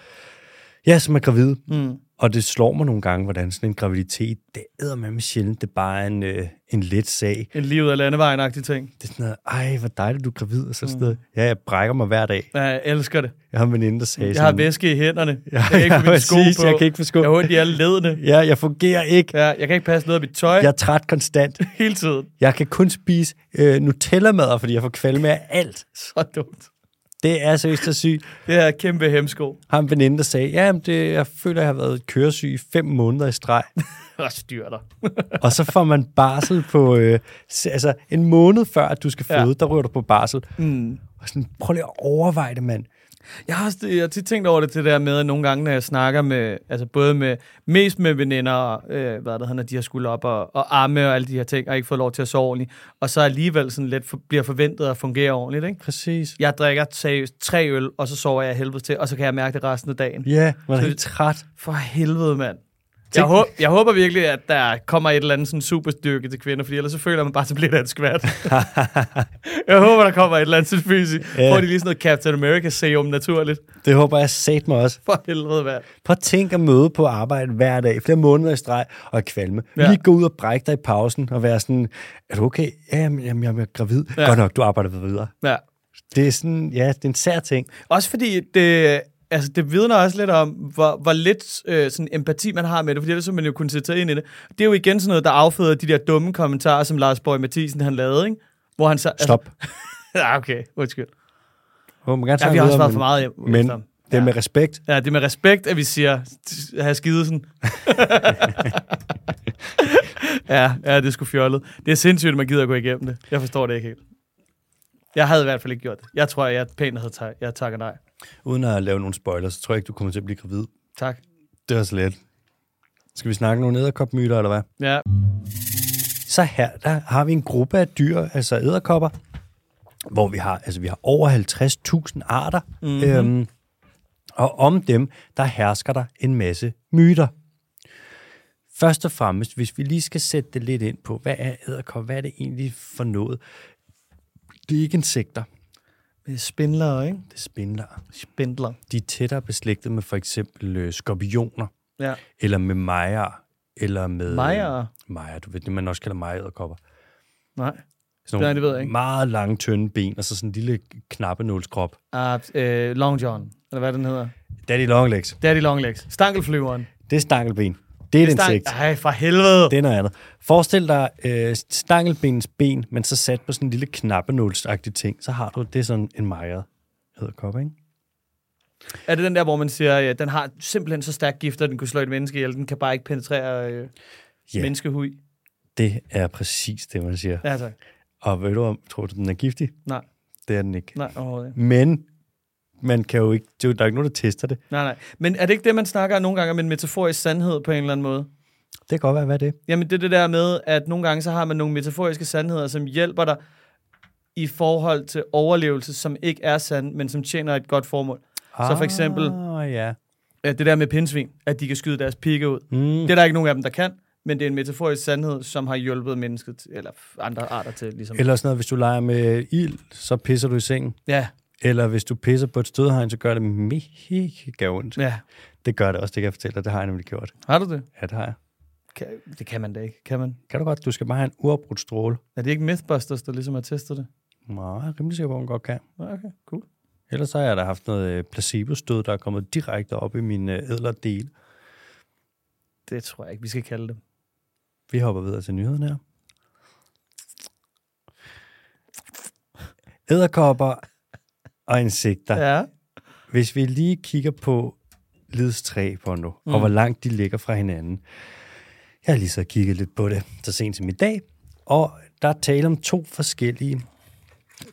[SPEAKER 1] Ja, som er gravid.
[SPEAKER 2] Mm.
[SPEAKER 1] Og det slår mig nogle gange, hvordan sådan en graviditet, det æder med mig sjældent, det er bare en, øh, en let sag.
[SPEAKER 2] En livet af landevejen-agtig ting.
[SPEAKER 1] Det er sådan noget, ej, hvor dejligt, du er gravid, og sådan mm. noget. Ja, jeg brækker mig hver dag.
[SPEAKER 2] Jeg elsker det.
[SPEAKER 1] Jeg har en veninde, der sagde
[SPEAKER 2] Jeg har
[SPEAKER 1] sådan,
[SPEAKER 2] væske i hænderne. Jeg kan ikke få mine sko
[SPEAKER 1] præcis,
[SPEAKER 2] på.
[SPEAKER 1] Jeg kan ikke få sko.
[SPEAKER 2] Jeg har ondt i alle ledene.
[SPEAKER 1] Ja, jeg fungerer ikke.
[SPEAKER 2] Ja, jeg kan ikke passe noget af mit tøj
[SPEAKER 1] Jeg
[SPEAKER 2] ja.
[SPEAKER 1] er træt konstant.
[SPEAKER 2] hele tiden.
[SPEAKER 1] Jeg kan kun spise øh, Nutella-madder, fordi jeg får kvalme af alt.
[SPEAKER 2] Så dumt.
[SPEAKER 1] Det er seriøst så sygt.
[SPEAKER 2] Det er et kæmpe hemsko.
[SPEAKER 1] Har en veninde, der sagde, ja, men det, jeg føler, jeg har været køresyg i fem måneder i streg.
[SPEAKER 2] Og styr dig.
[SPEAKER 1] og så får man barsel på, øh, s- altså en måned før, at du skal føde, ja. der ryger du på barsel. Mm. Og sådan, prøv lige at overveje det, mand.
[SPEAKER 2] Jeg har, også- jeg har tit tænkt over det, det der med, at nogle gange, når jeg snakker med, altså både med, mest med veninder, og, øh, hvad det hedder, når de har skulle op og, og arme og alle de her ting, og ikke fået lov til at sove ordentligt, og så alligevel sådan lidt for, bliver forventet at fungere ordentligt, ikke?
[SPEAKER 1] Præcis.
[SPEAKER 2] Jeg drikker seriøst tre øl, og så sover jeg af helvede til, og så kan jeg mærke det resten af dagen.
[SPEAKER 1] Ja, man er helt træt.
[SPEAKER 2] For helvede, mand. Jeg, håb, jeg håber virkelig, at der kommer et eller andet sådan superstyrke til kvinder, fordi ellers så føler man bare, så bliver det en skvat. jeg håber, der kommer et eller andet sådan fysisk.
[SPEAKER 1] Ja.
[SPEAKER 2] Får de lige sådan noget Captain America serum naturligt.
[SPEAKER 1] Det håber jeg sat mig også.
[SPEAKER 2] For helvede, mand.
[SPEAKER 1] Prøv at tænke at møde på arbejde hver dag, flere måneder i streg, og kvalme. Ja.
[SPEAKER 2] Ja.
[SPEAKER 1] Lige gå ud og brække dig i pausen, og være sådan, er du okay? Ja, jamen, jamen, jeg er gravid. Ja.
[SPEAKER 2] Ja.
[SPEAKER 1] Godt nok, du arbejder videre.
[SPEAKER 2] Ja.
[SPEAKER 1] Det er sådan, ja, det er en sær ting.
[SPEAKER 2] Også fordi det, altså det vidner også lidt om, hvor, hvor lidt øh, sådan empati man har med det, fordi ellers så man jo kunne sætte sig ind i det. Det er jo igen sådan noget, der afføder de der dumme kommentarer, som Lars Borg Mathisen han lavede, ikke? Hvor han så...
[SPEAKER 1] Stop.
[SPEAKER 2] Altså, ja, okay, undskyld.
[SPEAKER 1] Må man gerne
[SPEAKER 2] Ja,
[SPEAKER 1] snakke
[SPEAKER 2] vi har også
[SPEAKER 1] videre,
[SPEAKER 2] været for meget hjem.
[SPEAKER 1] Men det er med respekt.
[SPEAKER 2] Ja, det er med respekt, at vi siger, "T- have skidet sådan. ja, ja, det er sgu fjollet. Det er sindssygt, at man gider at gå igennem det. Jeg forstår det ikke helt. Jeg havde i hvert fald ikke gjort det. Jeg tror, at jeg pænt havde tak. Jeg takker nej.
[SPEAKER 1] Uden at lave nogle spoilers, så tror jeg ikke, du kommer til at blive gravid.
[SPEAKER 2] Tak.
[SPEAKER 1] Det er så let. Skal vi snakke nogle æderkopmyter, eller hvad?
[SPEAKER 2] Ja.
[SPEAKER 1] Så her, der har vi en gruppe af dyr, altså æderkopper, hvor vi har, altså vi har over 50.000 arter. Mm-hmm. Øhm, og om dem, der hersker der en masse myter. Først og fremmest, hvis vi lige skal sætte det lidt ind på, hvad er æderkop? Hvad er det egentlig for noget? Det er ikke insekter,
[SPEAKER 2] Spindler, ikke?
[SPEAKER 1] det er spindler.
[SPEAKER 2] Spindler.
[SPEAKER 1] De er tættere beslægtet med for eksempel øh, skorpioner,
[SPEAKER 2] Ja.
[SPEAKER 1] eller med mejer, eller med...
[SPEAKER 2] Mejer?
[SPEAKER 1] Mejer, du ved det, man også kalder mejeræderkopper.
[SPEAKER 2] Nej.
[SPEAKER 1] Sådan
[SPEAKER 2] Nej, det ved jeg ikke.
[SPEAKER 1] meget lange, tynde ben, og så sådan en lille knappenålskrop.
[SPEAKER 2] Uh, uh, Long John. Eller hvad den hedder.
[SPEAKER 1] Daddy long legs.
[SPEAKER 2] Daddy Long Legs. Stankelflyveren.
[SPEAKER 1] Det er stankelben. Det er et insekt.
[SPEAKER 2] Ej, for helvede.
[SPEAKER 1] Det er noget andet. Forestil dig øh, stankelbenens ben, men så sat på sådan en lille knappenålsagtig ting. Så har du, det er sådan en mejer æderkop, ikke?
[SPEAKER 2] Er det den der, hvor man siger, at ja, den har simpelthen så stærk gift, at den kunne slå et menneske ihjel, den kan bare ikke penetrere øh,
[SPEAKER 1] Ja.
[SPEAKER 2] yeah. menneskehui?
[SPEAKER 1] Det er præcis det, man siger.
[SPEAKER 2] Ja, tak.
[SPEAKER 1] Og ved du, om- tror du, den er giftig?
[SPEAKER 2] Nej,
[SPEAKER 1] Det er den ikke.
[SPEAKER 2] nej, overhovedet ikke.
[SPEAKER 1] Men man kan jo ikke, det er jo- der er ikke nogen, der tester det.
[SPEAKER 2] Nej, nej. Men er det ikke det, man snakker nogle gange om en metaforisk sandhed på en eller anden måde?
[SPEAKER 1] Det kan godt være, hvad det er.
[SPEAKER 2] Jamen, det er det der med, at nogle gange så har man nogle metaforiske sandheder, som hjælper dig i forhold til overlevelse, som ikke er sand, men som tjener et godt formål. Så for eksempel-
[SPEAKER 1] Ah, ja.
[SPEAKER 2] Ja, det der med pindsvin, at de kan skyde deres pigge ud.
[SPEAKER 1] Mm.
[SPEAKER 2] Det er der ikke nogen af dem, der kan, men det er en metaforisk sandhed, som har hjulpet mennesket, eller andre arter til, ligesom.
[SPEAKER 1] Eller sådan noget, hvis du leger med ild, så pisser du i sengen.
[SPEAKER 2] Ja,
[SPEAKER 1] Eller hvis du pisser på et stødhegn, så gør det mega ondt.
[SPEAKER 2] ja.
[SPEAKER 1] Det gør det også, det kan jeg fortælle dig. Det har jeg nemlig gjort.
[SPEAKER 2] Har du det?
[SPEAKER 1] Ja, det har jeg.
[SPEAKER 2] Kan, det kan man da ikke, kan man?
[SPEAKER 1] Kan du godt? Du skal bare have en uafbrudt stråle.
[SPEAKER 2] Er det ikke Mythbusters, der ligesom har testet det?
[SPEAKER 1] Nej, jeg er rimelig sikker på, at hun godt kan.
[SPEAKER 2] Nå, Okay, cool.
[SPEAKER 1] Ellers så har jeg da haft noget øh, placebo-stød, der er kommet direkte op i min øh, ædler del.
[SPEAKER 2] Det tror jeg ikke, vi skal kalde det.
[SPEAKER 1] Vi hopper videre til nyheden her. Æderkopper og insekter.
[SPEAKER 2] Ja.
[SPEAKER 1] Hvis vi lige kigger på Lids træ, Pondo, mm. og
[SPEAKER 2] Mm.
[SPEAKER 1] hvor langt de ligger fra hinanden. Jeg har lige så kigget lidt på det så sent som i dag, og der er tale om to forskellige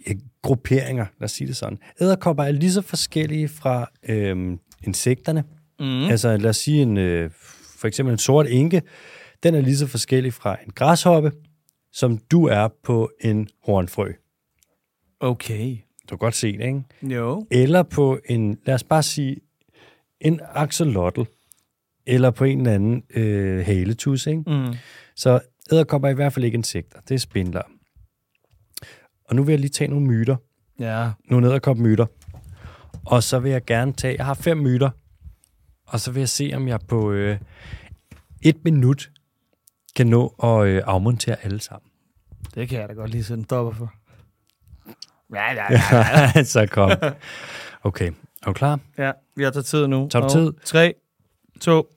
[SPEAKER 1] ja, grupperinger, lad os sige det sådan. Æderkopper er lige så forskellige fra øhm, insekterne. Mm. Altså lad os sige, en, øh, for eksempel en sort enke, den er lige så forskellig fra en græshoppe, som du er på en hornfrø.
[SPEAKER 2] Okay.
[SPEAKER 1] Du kan godt se det, ikke?
[SPEAKER 2] Jo.
[SPEAKER 1] eller på en, lad os bare sige, en axolotl, eller på en eller anden øh, haletus, ikke?
[SPEAKER 2] Mm.
[SPEAKER 1] Så æderkopper er i hvert fald ikke insekter, det er spindler. Og nu vil jeg lige tage nogle myter,
[SPEAKER 2] Ja.
[SPEAKER 1] nogle æderkopmyter, og så vil jeg gerne tage, jeg har fem myter, Og så vil jeg se, om jeg på øh, et minut kan nå at øh, afmontere alle sammen.
[SPEAKER 2] Det kan jeg da godt lige sætte en stopper for. Ja, ja,
[SPEAKER 1] så kom. Okay, er du klar?
[SPEAKER 2] ja. Vi har taget tid nu.
[SPEAKER 1] Tager du
[SPEAKER 2] Og
[SPEAKER 1] tid?
[SPEAKER 2] 3, 2,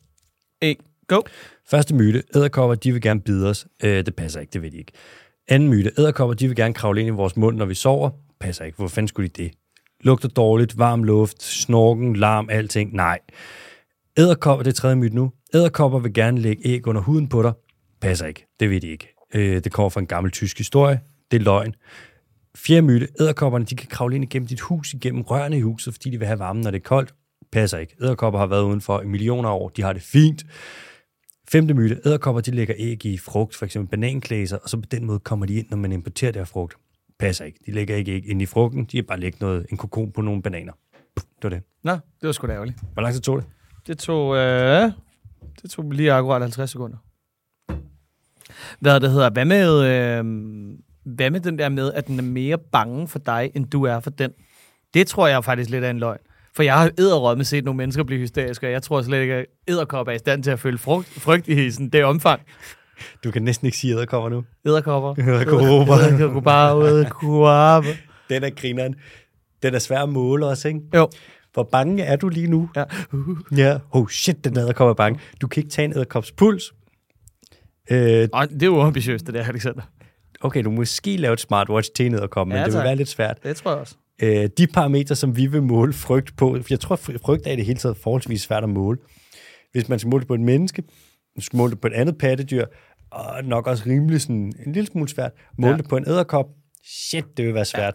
[SPEAKER 2] 1, go.
[SPEAKER 1] Første myte, æderkopper, de vil gerne bide os. Øh, det passer ikke, det ved de ikke. Anden myte, æderkopper, de vil gerne kravle ind i vores mund, når vi sover. Passer ikke, hvor fanden skulle de det? Lugter dårligt, varm luft, snorken, larm, alting. Nej. Æderkopper, det er tredje myte nu. Æderkopper vil gerne lægge æg under huden på dig. Passer ikke, det ved de ikke. Øh, det kommer fra en gammel tysk historie. Det er løgn. Fjerde myte, æderkopperne, de kan kravle ind igennem dit hus, igennem rørene i huset, fordi de vil have varmen, når det er koldt. Passer ikke. Æderkopper har været udenfor i millioner af år. De har det fint. Femte myte. Æderkopper de lægger æg i frugt, f.eks. bananklæser, og så på den måde kommer de ind, når man importerer deres frugt. Passer ikke. De lægger ikke æg ind i frugten. De har bare lægget noget, en kokon på nogle bananer. Puh, Det var det.
[SPEAKER 2] Nå, det var sgu da ærgerligt.
[SPEAKER 1] Hvor lang tid tog det?
[SPEAKER 2] Det tog, øh, det tog lige akkurat 50 sekunder. Hvad det hedder, hvad med, øh, hvad med den der med, at den er mere bange for dig, end du er for den? Det tror jeg faktisk lidt er en løgn. For jeg har æderrømme set nogle mennesker blive hysteriske, og jeg tror slet ikke, at æderkopper er i stand til at føle frugt, frygt i sådan det omfang.
[SPEAKER 1] Du kan næsten ikke sige æderkopper nu.
[SPEAKER 2] Æderkopper.
[SPEAKER 1] Æderkopper.
[SPEAKER 2] Æderkopper. Æderkopper.
[SPEAKER 1] Den er grineren. Den er svær at måle også, ikke?
[SPEAKER 2] Jo.
[SPEAKER 1] Hvor bange er du lige nu?
[SPEAKER 2] Ja.
[SPEAKER 1] Ja. Oh shit, den æderkop er bange. Du kan ikke tage en æderkops puls. Øh,
[SPEAKER 2] Og det er jo ambitiøst, det der, Alexander.
[SPEAKER 1] okay, du må måske lave et smartwatch til en æderkop, men
[SPEAKER 2] Ja,
[SPEAKER 1] ja, det vil
[SPEAKER 2] tak.
[SPEAKER 1] være lidt svært.
[SPEAKER 2] Det tror jeg også.
[SPEAKER 1] øh, de parametre, som vi vil måle frygt på. For Jeg tror, at fry- frygt er i det hele taget forholdsvis svært at måle. Hvis man skal måle det på et menneske, man skal måle det på et andet pattedyr, og nok også rimelig sådan en lille smule svært. Måle
[SPEAKER 2] Ja.
[SPEAKER 1] ja. det på en æderkop, shit, det vil være svært.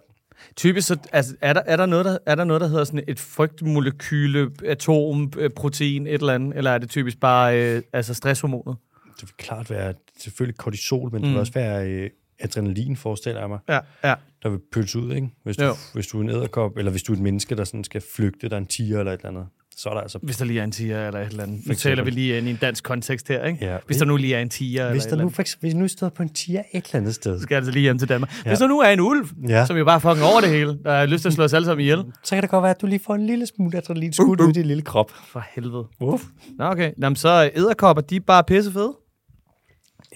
[SPEAKER 2] Typisk så, altså, er, der, er, der noget, der, er der noget, der hedder sådan et frygtmolekyle, atom, øh, protein, et eller andet? Eller er det typisk bare øh, altså stresshormonet?
[SPEAKER 1] Det vil klart være selvfølgelig kortisol, men mm. det vil også være øh, adrenalin, forestiller jeg mig,
[SPEAKER 2] Ja, ja.
[SPEAKER 1] der vil pølse ud, ikke? Hvis du,
[SPEAKER 2] Jo.
[SPEAKER 1] hvis du er en æderkop, eller hvis du er et menneske, der sådan skal flygte, der er en tiger eller et eller andet, så er der altså...
[SPEAKER 2] Hvis der lige er en tiger eller et eller andet. Nu
[SPEAKER 1] eksempel.
[SPEAKER 2] taler vi lige ind i en dansk kontekst her, ikke?
[SPEAKER 1] Ja.
[SPEAKER 2] Hvis der nu lige er en tiger
[SPEAKER 1] Hvis
[SPEAKER 2] eller
[SPEAKER 1] der
[SPEAKER 2] et
[SPEAKER 1] nu,
[SPEAKER 2] eller andet.
[SPEAKER 1] for eksempel, hvis nu stod på en tiger et eller andet sted,
[SPEAKER 2] Så skal jeg altså lige hjem til Danmark. Ja. Hvis der nu er en ulv, ja.
[SPEAKER 1] Ja.
[SPEAKER 2] som jo bare fucking over det hele, der har lyst til at slå os alle sammen ihjel.
[SPEAKER 1] så kan det godt være, at du lige får en lille smule adrenalin skudt ud i din lille krop.
[SPEAKER 2] For helvede.
[SPEAKER 1] Uff.
[SPEAKER 2] Nå, okay. Nå, men så øh, æderkopper, de er bare pissefede.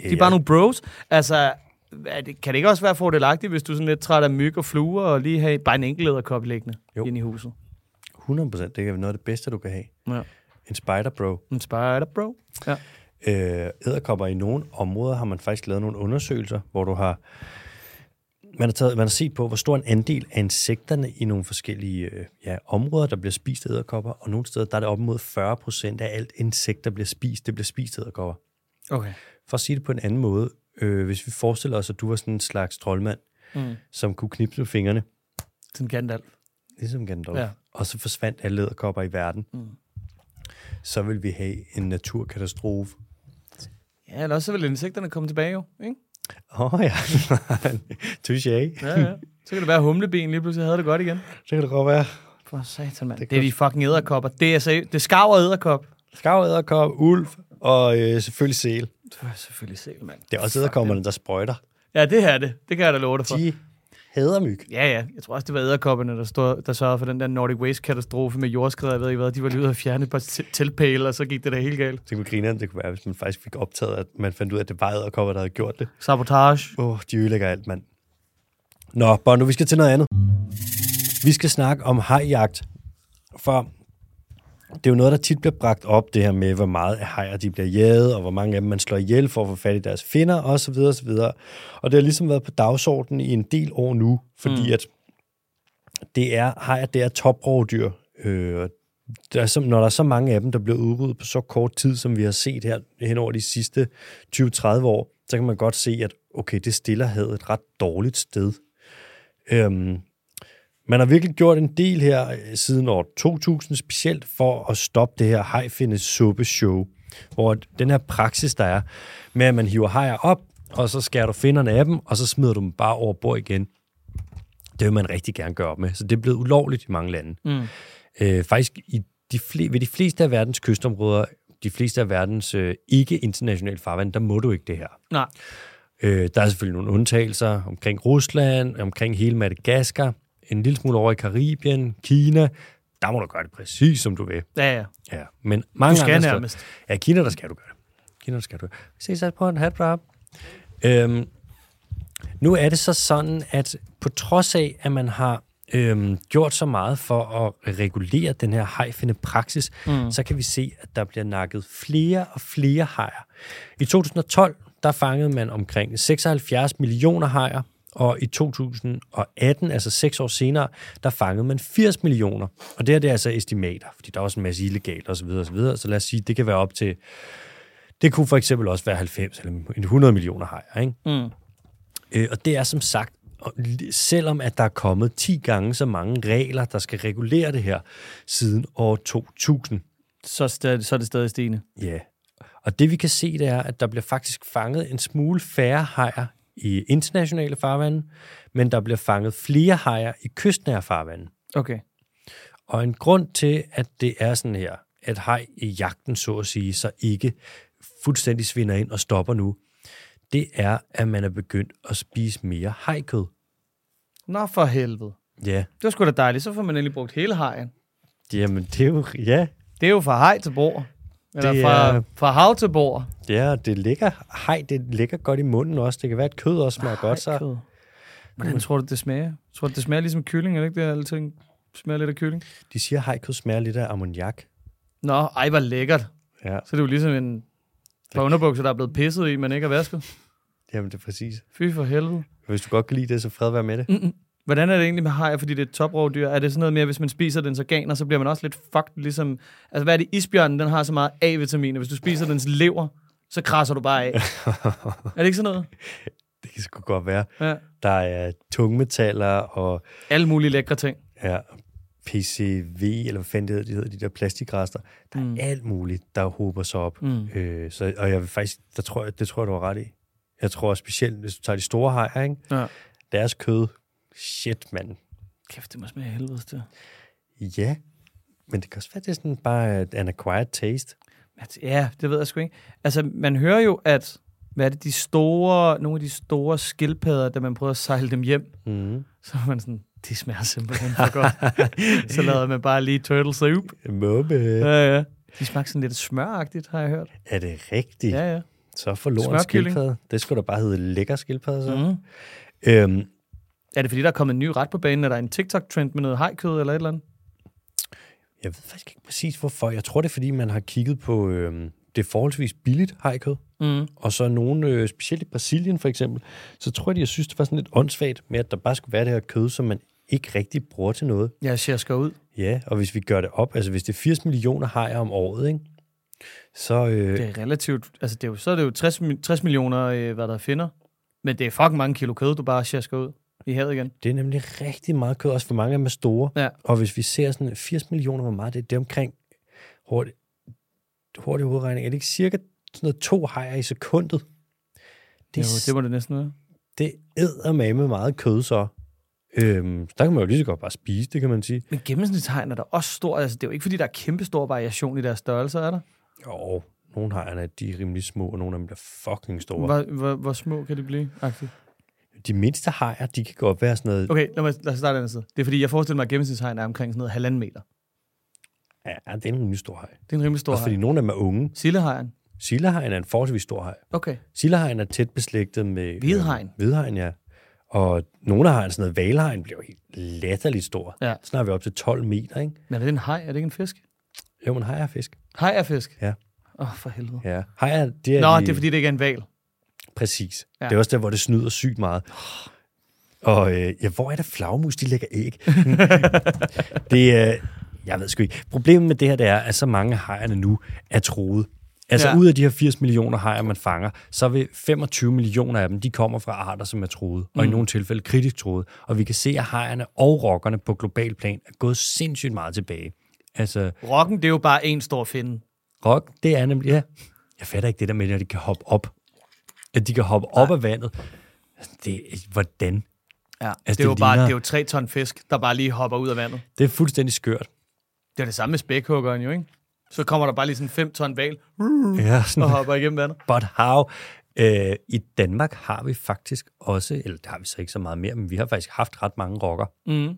[SPEAKER 2] De er bare nogle bros. Altså, er det, kan det ikke også være fordelagtigt, hvis du er sådan lidt træt af myg og fluer, og lige have bare en enkelt æderkop liggende
[SPEAKER 1] Jo.
[SPEAKER 2] inde i huset?
[SPEAKER 1] 100 procent. Det er noget af det bedste, du kan have.
[SPEAKER 2] Ja.
[SPEAKER 1] En spider, bro.
[SPEAKER 2] En spider, bro. Ja.
[SPEAKER 1] Øh, æderkopper i nogle områder har man faktisk lavet nogle undersøgelser, hvor du har... Man har, taget, man har set på, hvor stor en andel af insekterne i nogle forskellige øh, ja, områder, der bliver spist af æderkopper, og nogle steder der er det op mod 40 procent af alt insekt, der bliver spist, det bliver spist af æderkopper.
[SPEAKER 2] Okay.
[SPEAKER 1] For at sige det på en anden måde, øh, hvis vi forestiller os, at du var sådan en slags troldmand,
[SPEAKER 2] Mm.
[SPEAKER 1] som kunne knipse med fingrene,
[SPEAKER 2] Sådan Gandalf.
[SPEAKER 1] ligesom Gandalf,
[SPEAKER 2] Ja.
[SPEAKER 1] ja. og så forsvandt alle æderkopper i verden,
[SPEAKER 2] Mm.
[SPEAKER 1] mm. så vil vi have en naturkatastrofe.
[SPEAKER 2] Ja, eller også så vil insekterne komme tilbage jo, ikke?
[SPEAKER 1] Åh oh, ja, touché.
[SPEAKER 2] Ja, ja. Så kan det være at humleben lige pludselig havde det godt igen.
[SPEAKER 1] Det kan det godt være.
[SPEAKER 2] For satan, mand. Det,
[SPEAKER 1] Det
[SPEAKER 2] det er de fucking æderkopper. Det er, seriøst. det skarver æderkop.
[SPEAKER 1] Skarv, æderkop, ulv og øh, selvfølgelig sel.
[SPEAKER 2] Det var selvfølgelig selv, mand.
[SPEAKER 1] Det er også æderkopperne, der sprøjter.
[SPEAKER 2] Ja, det her er det. Det kan jeg da love dig for.
[SPEAKER 1] De hader myg.
[SPEAKER 2] Ja, ja. Jeg tror også, det var æderkopperne, der, stod, der sørgede for den der Nordic Waste-katastrofe med jordskred. Jeg ved ikke hvad. De var lige ude og fjerne et par te- teltpæle, og så gik det der helt galt.
[SPEAKER 1] Det kunne grine, det kunne være, hvis man faktisk fik optaget, at man fandt ud af, at det var æderkopper, der havde gjort det.
[SPEAKER 2] Sabotage.
[SPEAKER 1] Åh, oh, de ødelægger alt, mand. Nå, Bono, vi skal til noget andet. Vi skal snakke om hajjagt, for det er jo noget, der tit bliver bragt op, det her med, hvor meget af hajer de bliver jaget, og hvor mange af dem man slår ihjel for at få fat i deres finder, osv. osv. Og det har ligesom været på dagsordenen i en del år nu, fordi mm. at det er, hajer, det er toprovdyr. Øh, og der er, som, når der er så mange af dem, der bliver udryddet på så kort tid, som vi har set her hen over de sidste 20-30 år, så kan man godt se, at okay, det stiller havde et ret dårligt sted. Øhm, man har virkelig gjort en del her øh, siden år 2000, specielt for at stoppe det her hajfindes suppe show, hvor den her praksis, der er med, at man hiver hajer op, og så skærer du finderne af dem, og så smider du dem bare over bord igen. Det vil man rigtig gerne gøre op med. Så det er blevet ulovligt i mange lande. Mm. Øh, faktisk i de fle- ved de fleste af verdens kystområder, de fleste af verdens øh, ikke-internationale farvand, der må du ikke det her.
[SPEAKER 2] Nej.
[SPEAKER 1] Øh, der er selvfølgelig nogle undtagelser omkring Rusland, omkring hele Madagaskar, en lille smule over i Karibien, Kina. der må du gøre det præcis, som du vil.
[SPEAKER 2] Ja, ja.
[SPEAKER 1] Ja, men mange
[SPEAKER 2] skal
[SPEAKER 1] andre steder-
[SPEAKER 2] nærmest.
[SPEAKER 1] Ja, i Kina, der skal du gøre det. I Kina, der skal du gøre det. Se, sat på en hat, bra. Øhm, nu er det så sådan, at på trods af, at man har øhm, gjort så meget for at regulere den her hajfinde praksis, mm. så kan vi se, at der bliver nakket flere og flere hajer. I 2012, der fangede man omkring 76 millioner hajer, og i 2018, altså seks år senere, der fangede man 80 millioner. Og det her det er altså estimater, fordi der er også en masse illegale osv. osv. Så lad os sige, det kan være op til... Det kunne for eksempel også være 90 eller 100 millioner hajer, ikke? Øh, og det er som sagt, og li- selvom at der er kommet 10 gange så mange regler, der skal regulere det her siden år 2000.
[SPEAKER 2] Så, stadig, så er det stadig stigende.
[SPEAKER 1] Ja. Og det vi kan se, det er, at der bliver faktisk fanget en smule færre hajer i internationale farvande, men der bliver fanget flere hajer i kystnære farvande.
[SPEAKER 2] Okay.
[SPEAKER 1] Og en grund til, at det er sådan her, at hej i jagten, så at sige, så ikke fuldstændig svinder ind og stopper nu, det er, at man er begyndt at spise mere hajkød.
[SPEAKER 2] Nå for helvede.
[SPEAKER 1] Ja,
[SPEAKER 2] Det var sgu da dejligt. Så får man endelig brugt hele hajen.
[SPEAKER 1] jamen det er jo, ja,
[SPEAKER 2] Det er jo fra haj til bord. Eller
[SPEAKER 1] Det
[SPEAKER 2] det, fra,
[SPEAKER 1] er-
[SPEAKER 2] fra hav til bord.
[SPEAKER 1] Ja, og det ligger, hej, det ligger godt i munden også. Det kan være, at kød også smager godt, så
[SPEAKER 2] Hajkød. Hvordan tror du, det smager? Tror du, det smager ligesom kylling? Er det ikke det, alle ting smager lidt af kylling?
[SPEAKER 1] de siger, at hejkød smager lidt af ammoniak.
[SPEAKER 2] Nå, ej, hvor lækkert.
[SPEAKER 1] Ja,
[SPEAKER 2] Så er det jo ligesom en par underbukser, der er blevet pisset i, men ikke er vasket.
[SPEAKER 1] jamen det er præcis.
[SPEAKER 2] Fy for helvede.
[SPEAKER 1] Hvis du godt kan lide det, så fred være med det.
[SPEAKER 2] Hvordan er det egentlig med hajer, fordi det er et toprovdyr? Er det sådan noget mere, hvis man spiser dens organer, så bliver man også lidt fucked, ligesom... Altså, hvad er det, isbjørnen, den har så meget A-vitaminer. Hvis du spiser dens lever, så krasser du bare af. er det ikke sådan noget?
[SPEAKER 1] Det kan sgu godt være.
[SPEAKER 2] Ja.
[SPEAKER 1] Der er tungmetaller og
[SPEAKER 2] Alle mulige lækre ting.
[SPEAKER 1] ja, PCV, eller hvad fanden det hedder, de, hedder, de der plastikrester. Der er mm. alt muligt, der hober sig op. Mm. Øh, så, og jeg vil faktisk, der tror jeg, det tror jeg, du har ret i. Jeg tror specielt, hvis du tager de store hajer, ikke?
[SPEAKER 2] Ja.
[SPEAKER 1] deres kød, shit, mand,
[SPEAKER 2] Kæft, det må smage af helvedes til.
[SPEAKER 1] Ja, men det kan også være, det er sådan bare et- an acquired taste.
[SPEAKER 2] At- Ja, det ved jeg sgu ikke. Altså, man hører jo, at hvad er det, de store, nogle af de store skildpadder, da man prøver at sejle dem hjem,
[SPEAKER 1] Mm.
[SPEAKER 2] så er man sådan, de smager simpelthen for godt. så lader man bare lige turtles op.
[SPEAKER 1] Måbe.
[SPEAKER 2] Ja, ja. De smagte sådan lidt smøragtigt, har jeg hørt.
[SPEAKER 1] Er det rigtigt? Ja.
[SPEAKER 2] Ja, ja.
[SPEAKER 1] Så forloren en
[SPEAKER 2] Smørkylling.
[SPEAKER 1] skildpadde. Det skulle da bare hedde lækker skildpadde, så. Mm.
[SPEAKER 2] Mm.
[SPEAKER 1] Øhm,
[SPEAKER 2] Er det fordi, der er kommet en ny ret på banen? Er der en TikTok-trend med noget hajkød eller et eller andet?
[SPEAKER 1] jeg ved faktisk ikke præcis, hvorfor. Jeg tror, det er, fordi man har kigget på... Øhm, det er forholdsvis billigt hajkød.
[SPEAKER 2] Mm.
[SPEAKER 1] Og så nogle, øh, specielt i Brasilien for eksempel, så tror jeg, de jeg synes, det var sådan lidt åndssvagt med, at der bare skulle være det her kød, som man ikke rigtig bruger til noget.
[SPEAKER 2] Ja, jeg skal ud.
[SPEAKER 1] Ja, og hvis vi gør det op, altså hvis det er 80 millioner hajer om året, ikke? så... Øh,
[SPEAKER 2] Det er relativt... Altså, det er jo, så er det jo 60, mi- 60 millioner, øh, hvad der finder. Men det er fucking mange kilo kød, du bare sjasker ud i havet igen.
[SPEAKER 1] Det er nemlig rigtig meget kød, også for mange af dem er store.
[SPEAKER 2] Ja.
[SPEAKER 1] Og hvis vi ser sådan 80 millioner, hvor meget det er, det er omkring hurtigt, hurtig hovedregning. Er det ikke cirka sådan noget to hajer i sekundet? Det,
[SPEAKER 2] Det, jo,
[SPEAKER 1] var...
[SPEAKER 2] det må det næsten være.
[SPEAKER 1] det æder med meget kød så. Øhm, så der kan man jo lige så godt bare spise, det kan man sige.
[SPEAKER 2] Men gennemsnitshegn er der også stor. Altså, det er jo ikke, fordi der er kæmpe stor variation i deres størrelser, er der?
[SPEAKER 1] Jo, nogle hejerne, de er rimelig små, og nogle af dem bliver fucking store. Hva?
[SPEAKER 2] Hvor, hvor, hvor små kan de blive? Aktivt?
[SPEAKER 1] De mindste hajer, de kan godt være sådan noget...
[SPEAKER 2] Okay, lad mig lad os starte andet sted. Det er fordi, jeg forestiller mig, at gennemsnitshegn er omkring sådan noget halvanden meter.
[SPEAKER 1] Ja, det er en rimelig stor hej.
[SPEAKER 2] Det er en rimelig stor
[SPEAKER 1] Også fordi
[SPEAKER 2] hej.
[SPEAKER 1] nogle af dem er unge.
[SPEAKER 2] Sillehejen.
[SPEAKER 1] Sillehejen er en forholdsvis stor hej.
[SPEAKER 2] Okay.
[SPEAKER 1] Sillehegn er tæt beslægtet med...
[SPEAKER 2] Hvidhegn.
[SPEAKER 1] Øh, hvidhegn, ja. Og nogle af hegn, sådan noget valhegn, bliver jo helt latterligt stor.
[SPEAKER 2] Ja.
[SPEAKER 1] Snart er vi op til 12 meter, ikke?
[SPEAKER 2] Men er det en hej? Er det ikke en fisk?
[SPEAKER 1] Jo, men hejer er fisk.
[SPEAKER 2] Hej er fisk?
[SPEAKER 1] Ja.
[SPEAKER 2] Åh, oh, for helvede.
[SPEAKER 1] Ja. Hejer, det er
[SPEAKER 2] Ja, Nå,
[SPEAKER 1] de,
[SPEAKER 2] det er fordi, det ikke er en val.
[SPEAKER 1] Præcis. Ja.
[SPEAKER 2] Ja.
[SPEAKER 1] Det er også der, hvor det snyder sygt meget. Og øh, ja, hvor er der flagmus, de lægger æg? det er... Øh, jeg ved sgu ikke. Problemet med det her, det er, at så mange af hejerne nu er troet. Altså ja.
[SPEAKER 2] Ja.
[SPEAKER 1] ud af de her 80 millioner hejer, man fanger, så vil 25 millioner af dem, de kommer fra arter, som er troet, og i nogle tilfælde kritisk troet. Og vi kan se, at hejerne og rockerne på global plan er gået sindssygt meget tilbage. Altså,
[SPEAKER 2] Rokken, det er jo bare en stor finde.
[SPEAKER 1] Rock, det er nemlig, ja. Jeg fatter ikke det der med, at de kan hoppe op. At de kan hoppe Nej. op af vandet. Det, hvordan?
[SPEAKER 2] Ja. Altså, det,
[SPEAKER 1] det
[SPEAKER 2] er jo bare,
[SPEAKER 1] ligner-
[SPEAKER 2] det er jo tre ton fisk, der bare lige hopper ud af vandet.
[SPEAKER 1] Det er fuldstændig skørt.
[SPEAKER 2] Det er det samme med spækhuggeren jo, ikke? Så kommer der bare lige sådan fem ton val
[SPEAKER 1] Ja,
[SPEAKER 2] Mm. og
[SPEAKER 1] sådan,
[SPEAKER 2] hopper igennem vandet.
[SPEAKER 1] but how? Øh, I Danmark har vi faktisk også, eller det har vi så ikke så meget mere, men vi har faktisk haft ret mange rocker.
[SPEAKER 2] Mm.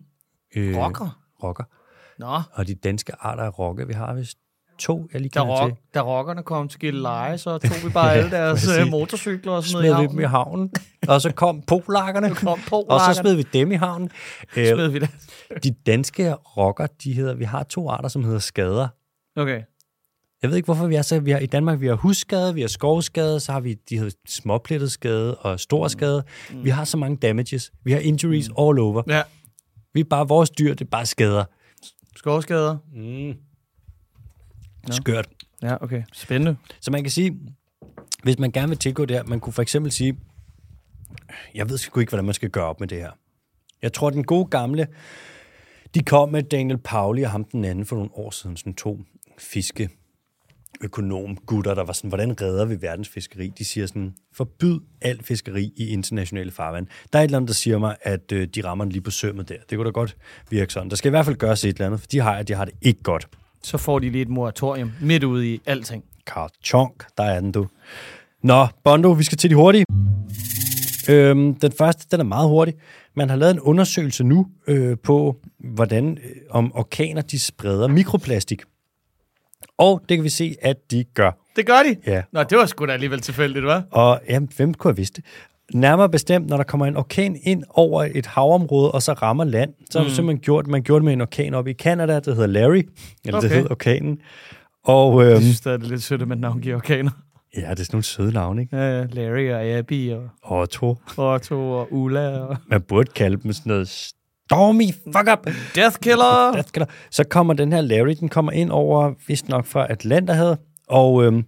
[SPEAKER 1] Øh,
[SPEAKER 2] Rocker?
[SPEAKER 1] Rocker.
[SPEAKER 2] Nå,
[SPEAKER 1] Og de danske arter af rokke, vi har vist to, jeg lige
[SPEAKER 2] da,
[SPEAKER 1] kan til.
[SPEAKER 2] rock, da rockerne kom til Gilleleje, så tog vi bare alle deres
[SPEAKER 1] præcis.
[SPEAKER 2] øh, motorcykler og sådan
[SPEAKER 1] Smed
[SPEAKER 2] noget i
[SPEAKER 1] vi dem i
[SPEAKER 2] havnen.
[SPEAKER 1] havnen, og så kom polakkerne,
[SPEAKER 2] kom
[SPEAKER 1] og
[SPEAKER 2] polakkerne.
[SPEAKER 1] så smed vi dem i havnen. Øh,
[SPEAKER 2] Smed vi det.
[SPEAKER 1] de danske rocker, de hedder, vi har to arter, som hedder skader.
[SPEAKER 2] Okay.
[SPEAKER 1] Jeg ved ikke, hvorfor vi er så... Vi har, I Danmark vi har husskade, vi har skovskade, så har vi de hedder småplettet skade og stor skade. Vi har så mange damages. Vi har injuries mm. all over.
[SPEAKER 2] Ja.
[SPEAKER 1] Vi er bare vores dyr, det er bare skader.
[SPEAKER 2] Skovskader.
[SPEAKER 1] Ja. Skørt.
[SPEAKER 2] Ja, okay. Spændende.
[SPEAKER 1] Så man kan sige, hvis man gerne vil tilgå det her, man kunne for eksempel sige, jeg ved sgu ikke, hvordan man skal gøre op med det her. Jeg tror, den gode gamle, de kom med Daniel Pauli og ham den anden for nogle år siden, sådan to fiske økonomgutter, der var sådan, hvordan redder vi verdens fiskeri? De siger sådan, forbyd alt fiskeri i internationale farvand. Der er et eller andet, der siger mig, at øh, de rammer den lige på sømmet der. Det kunne da godt virke sådan. Der skal i hvert fald gøres et eller andet, for de har, de har det ikke godt.
[SPEAKER 2] Så får de lige et moratorium midt ude i alting.
[SPEAKER 1] Carl Chonk, der er den du. Nå, Bondo, vi skal til de hurtige. Øhm, den første, den er meget hurtig. Man har lavet en undersøgelse nu øh, på, hvordan øh, om orkaner de spreder mikroplastik. Og det kan vi se, at de gør.
[SPEAKER 2] Det gør de?
[SPEAKER 1] Ja.
[SPEAKER 2] Nå, det var sgu da alligevel tilfældigt, hva'?
[SPEAKER 1] Og jamen, hvem kunne have vidst det? Nærmere bestemt, når der kommer en orkan ind over et havområde, og så rammer land, så har man simpelthen gjort, man gjorde det med en orkan op i Kanada, der hedder Larry, eller okay.
[SPEAKER 2] Okay.
[SPEAKER 1] det hedder orkanen. Og øhm,
[SPEAKER 2] Jeg synes stadig, det er lidt sødt, at man navngiver orkaner.
[SPEAKER 1] ja, det er sådan nogle søde navne, ikke?
[SPEAKER 2] Ja, ja, Øh, Larry og Abby og
[SPEAKER 1] Otto.
[SPEAKER 2] Otto og Ulla og...
[SPEAKER 1] man burde kalde dem sådan noget stormy fuck up.
[SPEAKER 2] Death Killer!
[SPEAKER 1] Death Killer. Så kommer den her Larry, den kommer ind over, vist nok fra Atlanterhavet, og øhm,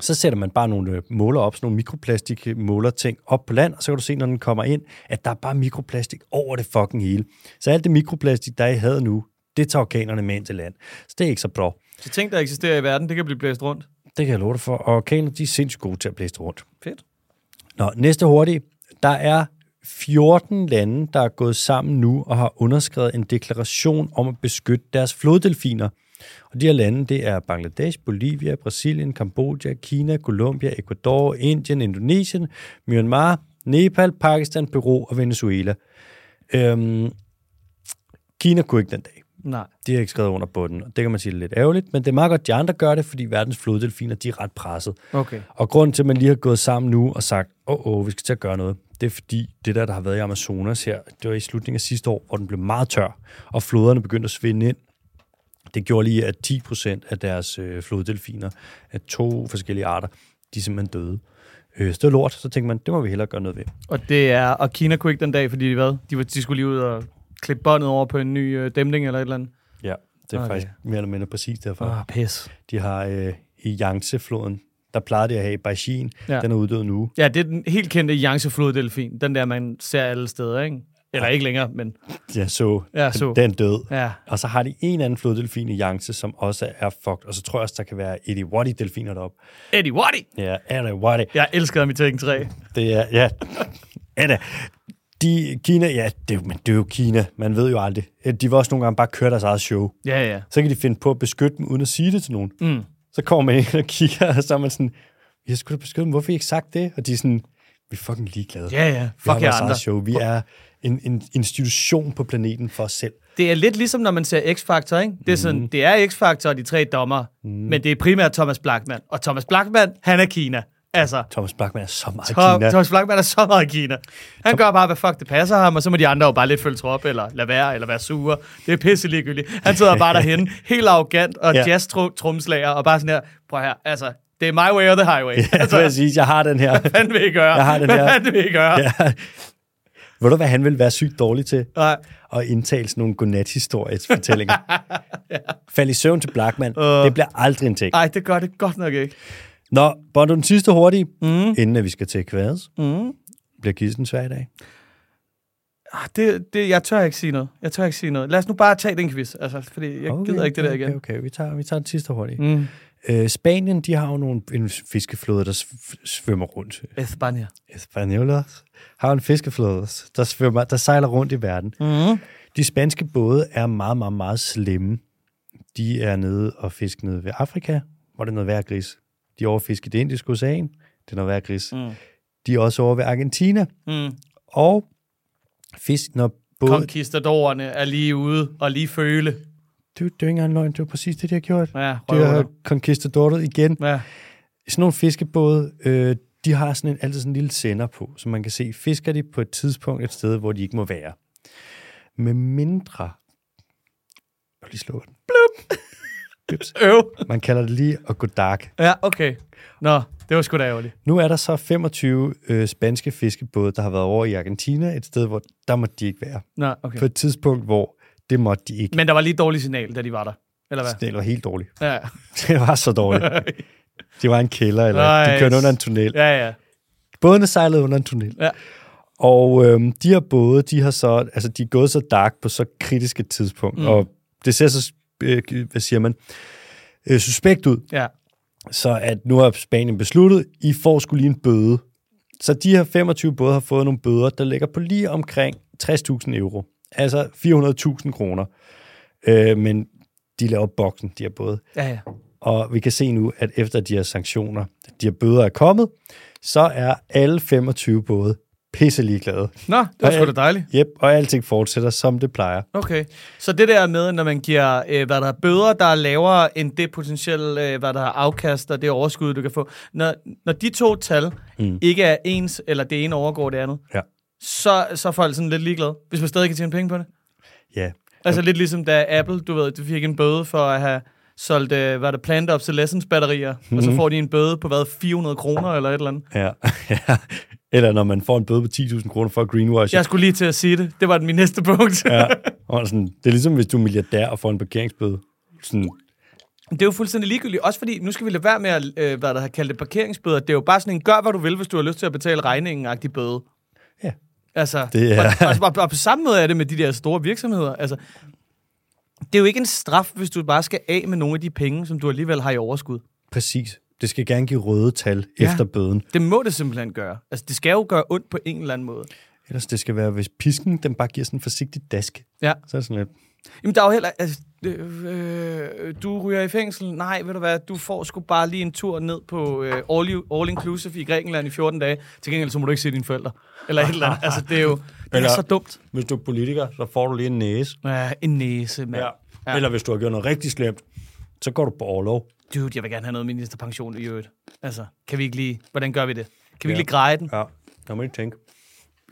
[SPEAKER 1] så sætter man bare nogle øh, måler op, sådan nogle mikroplastikmålerting op på land, og så kan du se, når den kommer ind, at der er bare mikroplastik over det fucking hele. Så alt det mikroplastik, der er i havet nu, det tager orkanerne med ind til land. Så det er ikke så bra.
[SPEAKER 2] Så ting, der eksisterer i verden, det kan blive blæst rundt.
[SPEAKER 1] Det kan jeg love dig for. Og orkaner, de er sindssygt gode til at blæse rundt.
[SPEAKER 2] Fedt.
[SPEAKER 1] Nå, næste hurtigt. Der er 14 lande, der er gået sammen nu og har underskrevet en deklaration om at beskytte deres floddelfiner. Og de her lande, det er Bangladesh, Bolivia, Brasilien, Kambodja, Kina, Colombia, Ecuador, Indien, Indonesien, Myanmar, Nepal, Pakistan, Peru og Venezuela. Øhm, Kina kunne ikke den dag.
[SPEAKER 2] Nej.
[SPEAKER 1] De har ikke skrevet under på den, og det kan man sige er lidt ærgerligt, men det er meget godt, de andre gør det, fordi verdens floddelfiner, de er ret presset.
[SPEAKER 2] Okay.
[SPEAKER 1] Og grunden til, at man lige har gået sammen nu og sagt, åh, oh, oh, vi skal til at gøre noget, det er fordi, det der, der har været i Amazonas her, det var i slutningen af sidste år, hvor den blev meget tør, og floderne begyndte at svinde ind. Det gjorde lige, at 10 procent af deres øh, floddelfiner af to forskellige arter, de er simpelthen døde. Øh, så det var lort, så tænkte man, det må vi hellere gøre noget ved.
[SPEAKER 2] Og det er... Og Kina kunne ikke den dag, fordi de hvad? De, var, de skulle lige ud og klippe båndet over på en ny øh, dæmning eller et eller andet.
[SPEAKER 1] Ja, det er
[SPEAKER 2] Okay.
[SPEAKER 1] okay. faktisk mere eller mindre præcis derfor.
[SPEAKER 2] Åh, oh, pis.
[SPEAKER 1] De har øh, i Yangtze-floden, der plejede de at have i Baixin,
[SPEAKER 2] Ja.
[SPEAKER 1] ja. den er uddød nu.
[SPEAKER 2] Ja, det er den helt kendte Yangtze-floddelfin. Den der, man ser alle steder, ikke? Eller ikke længere, men...
[SPEAKER 1] Jeg så,
[SPEAKER 2] Ja, så.
[SPEAKER 1] Den, den død.
[SPEAKER 2] Ja.
[SPEAKER 1] Og så har de en anden floddelfin i Yangtze, som også er fucked. Og så tror jeg også, der kan være Ediwadi-delfiner deroppe.
[SPEAKER 2] Eddie Waddy!
[SPEAKER 1] Ja, Ediwadi.
[SPEAKER 2] Jeg elskede ham i Tekken 3.
[SPEAKER 1] Det er, ja, Edda. De, Kina, ja, det, er jo- men det er jo Kina. Man ved jo aldrig. De vil også nogle gange bare køre deres eget show.
[SPEAKER 2] Ja, ja.
[SPEAKER 1] Så kan de finde på at beskytte dem, uden at sige det til nogen.
[SPEAKER 2] Mm.
[SPEAKER 1] Så kommer man ind og kigger, og så er man sådan, jeg skulle da beskytte dem, hvorfor har I ikke sagt det? Og de er sådan, vi er fucking ligeglade.
[SPEAKER 2] Ja, ja.
[SPEAKER 1] vi har
[SPEAKER 2] Fuck jer
[SPEAKER 1] vores
[SPEAKER 2] andre.
[SPEAKER 1] eget show. Vi er en, en institution på planeten for os selv.
[SPEAKER 2] Det er lidt ligesom, når man ser X-Factor, ikke? Det er, sådan,
[SPEAKER 1] Mhm.
[SPEAKER 2] det er X-Factor og de tre dommer, men det er primært Thomas Blackman. Og Thomas Blackman, han er Kina. Altså,
[SPEAKER 1] Thomas Blackman er så meget
[SPEAKER 2] Tom,
[SPEAKER 1] Kina.
[SPEAKER 2] Thomas Blackman er så meget Kina. Han gør bare, hvad fuck det passer ham, og så må de andre jo bare lidt følge trop, eller lade være, eller være sure. Det er pisse ligegyldigt. Han sidder bare derhen, helt arrogant, og
[SPEAKER 1] Ja.
[SPEAKER 2] ja. jazz-tromslager, og bare sådan her, prøv her, altså, det er my way or the highway.
[SPEAKER 1] Ja, det vil jeg
[SPEAKER 2] altså,
[SPEAKER 1] sige, jeg har den her.
[SPEAKER 2] hvad vil I gøre?
[SPEAKER 1] Jeg har den
[SPEAKER 2] hvad
[SPEAKER 1] her.
[SPEAKER 2] fanden vil I gøre? Ja.
[SPEAKER 1] Ja. Ved du, hvad han ville være sygt dårlig til?
[SPEAKER 2] Nej.
[SPEAKER 1] At indtale sådan nogle godnat-histories fortællinger. Fald i søvn til Blackman. Uh.
[SPEAKER 2] Øh.
[SPEAKER 1] Det bliver aldrig en ting.
[SPEAKER 2] Ej, det gør det godt nok ikke.
[SPEAKER 1] Nå, Bondo, den sidste hurtige, mm. inden at vi skal til kvads. Mm. Bliver Kirsten svær i dag?
[SPEAKER 2] Ah, Det, det, jeg tør ikke sige noget. Jeg tør ikke sige noget. Lad os nu bare tage den quiz, altså, fordi jeg okay, gider ikke det der
[SPEAKER 1] okay,
[SPEAKER 2] igen.
[SPEAKER 1] Okay, okay. Vi, tager, vi tager den sidste hurtige. Mm. Øh, Spanien, de har jo nogle, en fiskeflåde, der sv- svømmer rundt.
[SPEAKER 2] Espania.
[SPEAKER 1] Españolas har en fiskeflåde, der, svømmer, der sejler rundt i verden. Mm. De spanske både er meget, meget, meget slemme. De er nede og fisker nede ved Afrika, hvor det er noget værd gris. De er over at fiske i det indiske ocean, det er noget værd gris. Mm. De er også over ved Argentina.
[SPEAKER 2] Mm.
[SPEAKER 1] Og fisk, når både...
[SPEAKER 2] Konkistadorerne er lige ude og lige føle.
[SPEAKER 1] du, det er jo ikke engang løgn, det er jo præcis det, de har gjort.
[SPEAKER 2] Ja,
[SPEAKER 1] De har
[SPEAKER 2] røvhuller.
[SPEAKER 1] conquistadoret igen.
[SPEAKER 2] Ja.
[SPEAKER 1] Sådan nogle fiskebåde, øh, de har sådan en, altid sådan en lille sender på, så man kan se, fisker de på et tidspunkt et sted, hvor de ikke må være. Med mindre... Jeg vil lige slå den. Bips.
[SPEAKER 2] Øv.
[SPEAKER 1] Man kalder det lige at gå dark.
[SPEAKER 2] Ja, okay. Nå, det var sgu da ærgerligt.
[SPEAKER 1] Nu er der så 25 øh, spanske fiskebåde, der har været over i Argentina, et sted, hvor der må de ikke være.
[SPEAKER 2] Nå, okay.
[SPEAKER 1] På et tidspunkt, hvor det måtte de ikke.
[SPEAKER 2] Men der var lige et dårligt signal, da de var der. Eller hvad?
[SPEAKER 1] Det var helt dårligt.
[SPEAKER 2] Ja,
[SPEAKER 1] Det var så dårligt. Det var en kælder, eller nice. de
[SPEAKER 2] Nice.
[SPEAKER 1] kørte under en tunnel.
[SPEAKER 2] ja, ja.
[SPEAKER 1] Bådene sejlede under en tunnel.
[SPEAKER 2] Ja.
[SPEAKER 1] Og øhm, de her både, de har så, altså de er gået så dark på så kritiske tidspunkt, mm. og det ser så, øh, hvad siger man, øh, suspekt ud,
[SPEAKER 2] ja.
[SPEAKER 1] så at nu har Spanien besluttet, I får skulle lige en bøde. Så de her 25 både har fået nogle bøder, der ligger på lige omkring 60.000 euro, altså 400.000 kroner. Øh, men de laver boksen, de her både.
[SPEAKER 2] Ja, ja.
[SPEAKER 1] Og vi kan se nu, at efter de her sanktioner, de her bøder er kommet, så er alle 25 både pisse ligeglade.
[SPEAKER 2] Nå, det var
[SPEAKER 1] Ja,
[SPEAKER 2] sgu
[SPEAKER 1] ja.
[SPEAKER 2] da dejligt.
[SPEAKER 1] Jep, og alting fortsætter, som det plejer.
[SPEAKER 2] Okay. Så det der med, når man giver øh, hvad der er bøder, der er lavere end det potentielle, øh, hvad der er afkast og det overskud, du kan få. Når, når de to tal mm. ikke er ens, eller det ene overgår det andet,
[SPEAKER 1] Ja.
[SPEAKER 2] så, så er folk sådan lidt ligeglade, hvis man stadig kan tjene penge på det.
[SPEAKER 1] Ja,
[SPEAKER 2] Altså lidt ligesom da Apple, du ved, du fik en bøde for at have solgt, øh, hvad er det, plant obsolescence batterier, mm-hmm. og så får de en bøde på, hvad, 400 kroner eller et eller andet.
[SPEAKER 1] ja, ja. Eller når man får en bøde på 10.000 kroner for at greenwash.
[SPEAKER 2] Jeg skulle lige til at sige det. Det var min næste punkt.
[SPEAKER 1] Ja. Og sådan, det er ligesom, hvis du er milliardær og får en parkeringsbøde. Sådan,
[SPEAKER 2] Det er jo fuldstændig ligegyldigt, også fordi nu skal vi lade være med at, øh, hvad der har kaldt det, parkeringsbøder. Det er jo bare sådan en, gør hvad du vil, hvis du har lyst til at betale regningen-agtig bøde.
[SPEAKER 1] Ja.
[SPEAKER 2] Altså,
[SPEAKER 1] Det er-
[SPEAKER 2] og, og, og, og, på samme måde er det med de der store virksomheder. Altså, det er jo ikke en straf, hvis du bare skal af med nogle af de penge, som du alligevel har i overskud.
[SPEAKER 1] præcis. Det skal gerne give røde tal ja. efter bøden.
[SPEAKER 2] Det må det simpelthen gøre. Altså, det skal jo gøre ondt på en eller anden måde.
[SPEAKER 1] Ellers det skal være, hvis pisken den bare giver sådan en forsigtig dask.
[SPEAKER 2] Ja.
[SPEAKER 1] Så er det sådan lidt,
[SPEAKER 2] Jamen, der er jo heller... Altså, øh, øh, du ryger i fængsel? Nej, ved du hvad, du får sgu bare lige en tur ned på øh, all, you, all Inclusive i Grækenland i 14 dage. Til gengæld, så må du ikke se dine forældre. Eller et eller andet. Altså, det er jo det er
[SPEAKER 1] Eller-
[SPEAKER 2] så dumt.
[SPEAKER 1] hvis du er politiker, så får du lige en næse.
[SPEAKER 2] Ja, en næse, mand. Ja.
[SPEAKER 1] Ja. Eller hvis du har gjort noget rigtig slemt, så går du på overlov.
[SPEAKER 2] Dude, jeg vil gerne have noget ministerpension i øvrigt. Altså, kan vi ikke lige... Hvordan gør vi det? Kan vi
[SPEAKER 1] Ja.
[SPEAKER 2] ikke lige greje den?
[SPEAKER 1] Ja, der må ikke tænke.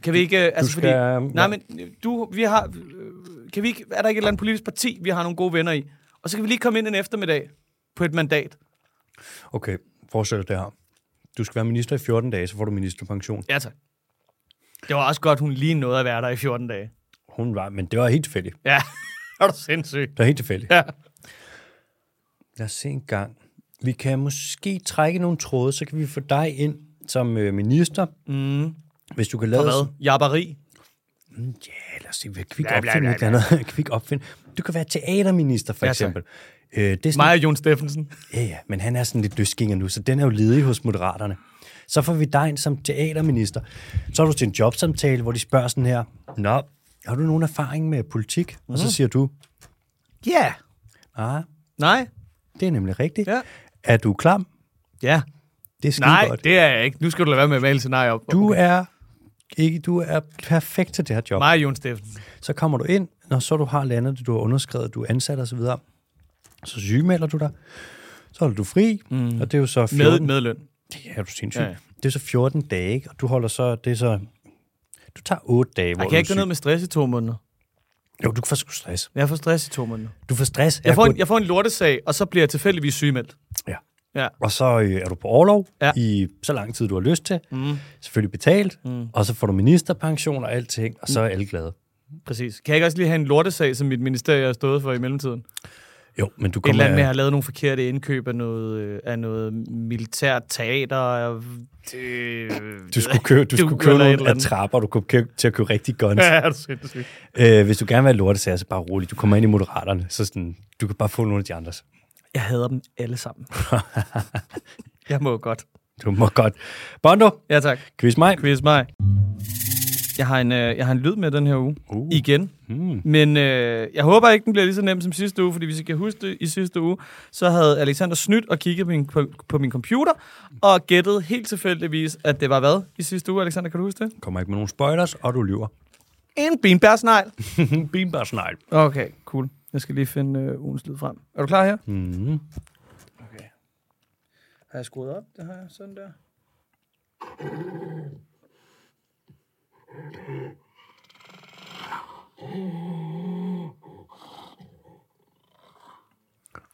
[SPEAKER 2] Kan vi ikke... øh, Altså,
[SPEAKER 1] skal-
[SPEAKER 2] fordi,
[SPEAKER 1] ja.
[SPEAKER 2] nej, men øh, du, vi har... øh, Kan vi ikke, er der ikke et eller andet politisk parti, vi har nogle gode venner i? Og så kan vi lige komme ind en eftermiddag på et mandat.
[SPEAKER 1] Okay, forestil dig det her. Du skal være minister i 14 dage, så får du ministerpension.
[SPEAKER 2] Ja, tak. Det var også godt, hun lige nåede at være der i 14 dage.
[SPEAKER 1] Hun var, men det var helt tilfældigt.
[SPEAKER 2] Ja, er du sindssyg.
[SPEAKER 1] Det var helt tilfældigt.
[SPEAKER 2] Ja.
[SPEAKER 1] Lad os se en gang. Vi kan måske trække nogle tråde, så kan vi få dig ind som øh, minister. Mm. Hvis du kan lade...
[SPEAKER 2] Hvad? Jabberi.
[SPEAKER 1] Ja, lad os se. Hvad, kan vi ikke
[SPEAKER 2] Bla, bla,
[SPEAKER 1] opfinde
[SPEAKER 2] bla,
[SPEAKER 1] et eller andet? Kan vi ikke opfinde... Du kan være teaterminister, for
[SPEAKER 2] Ja,
[SPEAKER 1] ja,
[SPEAKER 2] tak.
[SPEAKER 1] eksempel. Øh, det er sådan,
[SPEAKER 2] Mig og Jon Steffensen.
[SPEAKER 1] Ja, ja, men han er sådan lidt løsgænger nu, så den er jo ledig hos Moderaterne. Så får vi dig ind som teaterminister. Så er du til en jobsamtale, hvor de spørger sådan her, Nå, har du nogen erfaring med politik? Mm.
[SPEAKER 2] Mhm.
[SPEAKER 1] Og så siger du,
[SPEAKER 2] Ja. Yeah.
[SPEAKER 1] ah,
[SPEAKER 2] Nej.
[SPEAKER 1] det er nemlig rigtigt.
[SPEAKER 2] Ja.
[SPEAKER 1] Er du klam?
[SPEAKER 2] Ja.
[SPEAKER 1] Det er skide
[SPEAKER 2] Nej,
[SPEAKER 1] godt.
[SPEAKER 2] det er jeg ikke. Nu skal du lade være med at male scenarier op.
[SPEAKER 1] Du er ikke, du er perfekt til det her job.
[SPEAKER 2] Mig og Jon Steffensen.
[SPEAKER 1] Så kommer du ind, når så du har landet det, du har underskrevet, du er ansat osv., så sygemelder du dig, så holder du fri, mm. og det er jo så 14
[SPEAKER 2] Med, med løn.
[SPEAKER 1] Det er du sindssyg.
[SPEAKER 2] Ja,
[SPEAKER 1] Ja,
[SPEAKER 2] ja.
[SPEAKER 1] ja. Det er så 14 dage, ikke? og du holder så, det er så, du tager 8 dage, hvor
[SPEAKER 2] Jeg
[SPEAKER 1] du
[SPEAKER 2] kan
[SPEAKER 1] er
[SPEAKER 2] ikke gå ned
[SPEAKER 1] syg.
[SPEAKER 2] med stress i to måneder.
[SPEAKER 1] Jo, du får sgu stress.
[SPEAKER 2] Jeg får stress i to måneder.
[SPEAKER 1] Du får stress.
[SPEAKER 2] Jeg
[SPEAKER 1] af
[SPEAKER 2] får
[SPEAKER 1] at
[SPEAKER 2] en, jeg får en lortesag, og så bliver jeg tilfældigvis sygemeldt.
[SPEAKER 1] gå- Ja.
[SPEAKER 2] Ja.
[SPEAKER 1] Og så øh, er du på overlov
[SPEAKER 2] Ja.
[SPEAKER 1] ja. i så lang tid, du har lyst til. Mm. Selvfølgelig betalt. Mm. Og så får du ministerpension og alting, og så er alle glade.
[SPEAKER 2] Præcis. Kan jeg ikke også lige have en lortesag, som mit ministerie har stået for i mellemtiden?
[SPEAKER 1] Jo, men du
[SPEAKER 2] Et eller
[SPEAKER 1] kommer...
[SPEAKER 2] andet med at have lavet nogle forkerte indkøb af noget, øh, af noget militært teater. og Det,
[SPEAKER 1] du skulle købe, du skulle købe
[SPEAKER 2] eller et
[SPEAKER 1] nogle
[SPEAKER 2] eller
[SPEAKER 1] af
[SPEAKER 2] andet.
[SPEAKER 1] trapper, du kunne købe, til at købe rigtig guns.
[SPEAKER 2] Ja, er du sindssyg.
[SPEAKER 1] øh, hvis du gerne vil have lortet, så er så bare roligt. Du kommer ind i moderaterne, så sådan, du kan bare få nogle af de andres.
[SPEAKER 2] Jeg hader dem alle sammen. jeg må godt.
[SPEAKER 1] Du må godt. Bondo,
[SPEAKER 2] Ja, tak.
[SPEAKER 1] quiz mig.
[SPEAKER 2] Quiz mig. Jeg har en, øh, jeg har en lyd med den her uge.
[SPEAKER 1] Uh.
[SPEAKER 2] Igen.
[SPEAKER 1] Hmm.
[SPEAKER 2] Men øh, jeg håber ikke, den bliver lige så nem som sidste uge, fordi hvis I kan huske det, i sidste uge, så havde Alexander snydt og kigget på min, på, på min computer, og gættede helt tilfældigvis, at det var hvad i sidste uge, Alexander, kan du huske det?
[SPEAKER 1] Kommer ikke med nogen spoilers, og du lyver.
[SPEAKER 2] En benbærsnegl.
[SPEAKER 1] Bimbasnegl.
[SPEAKER 2] Okay, cool. Jeg skal lige finde øh, ugens lyd frem. Er du klar her?
[SPEAKER 1] Mm.
[SPEAKER 2] Okay. Har jeg skruet op? Det har jeg sådan der.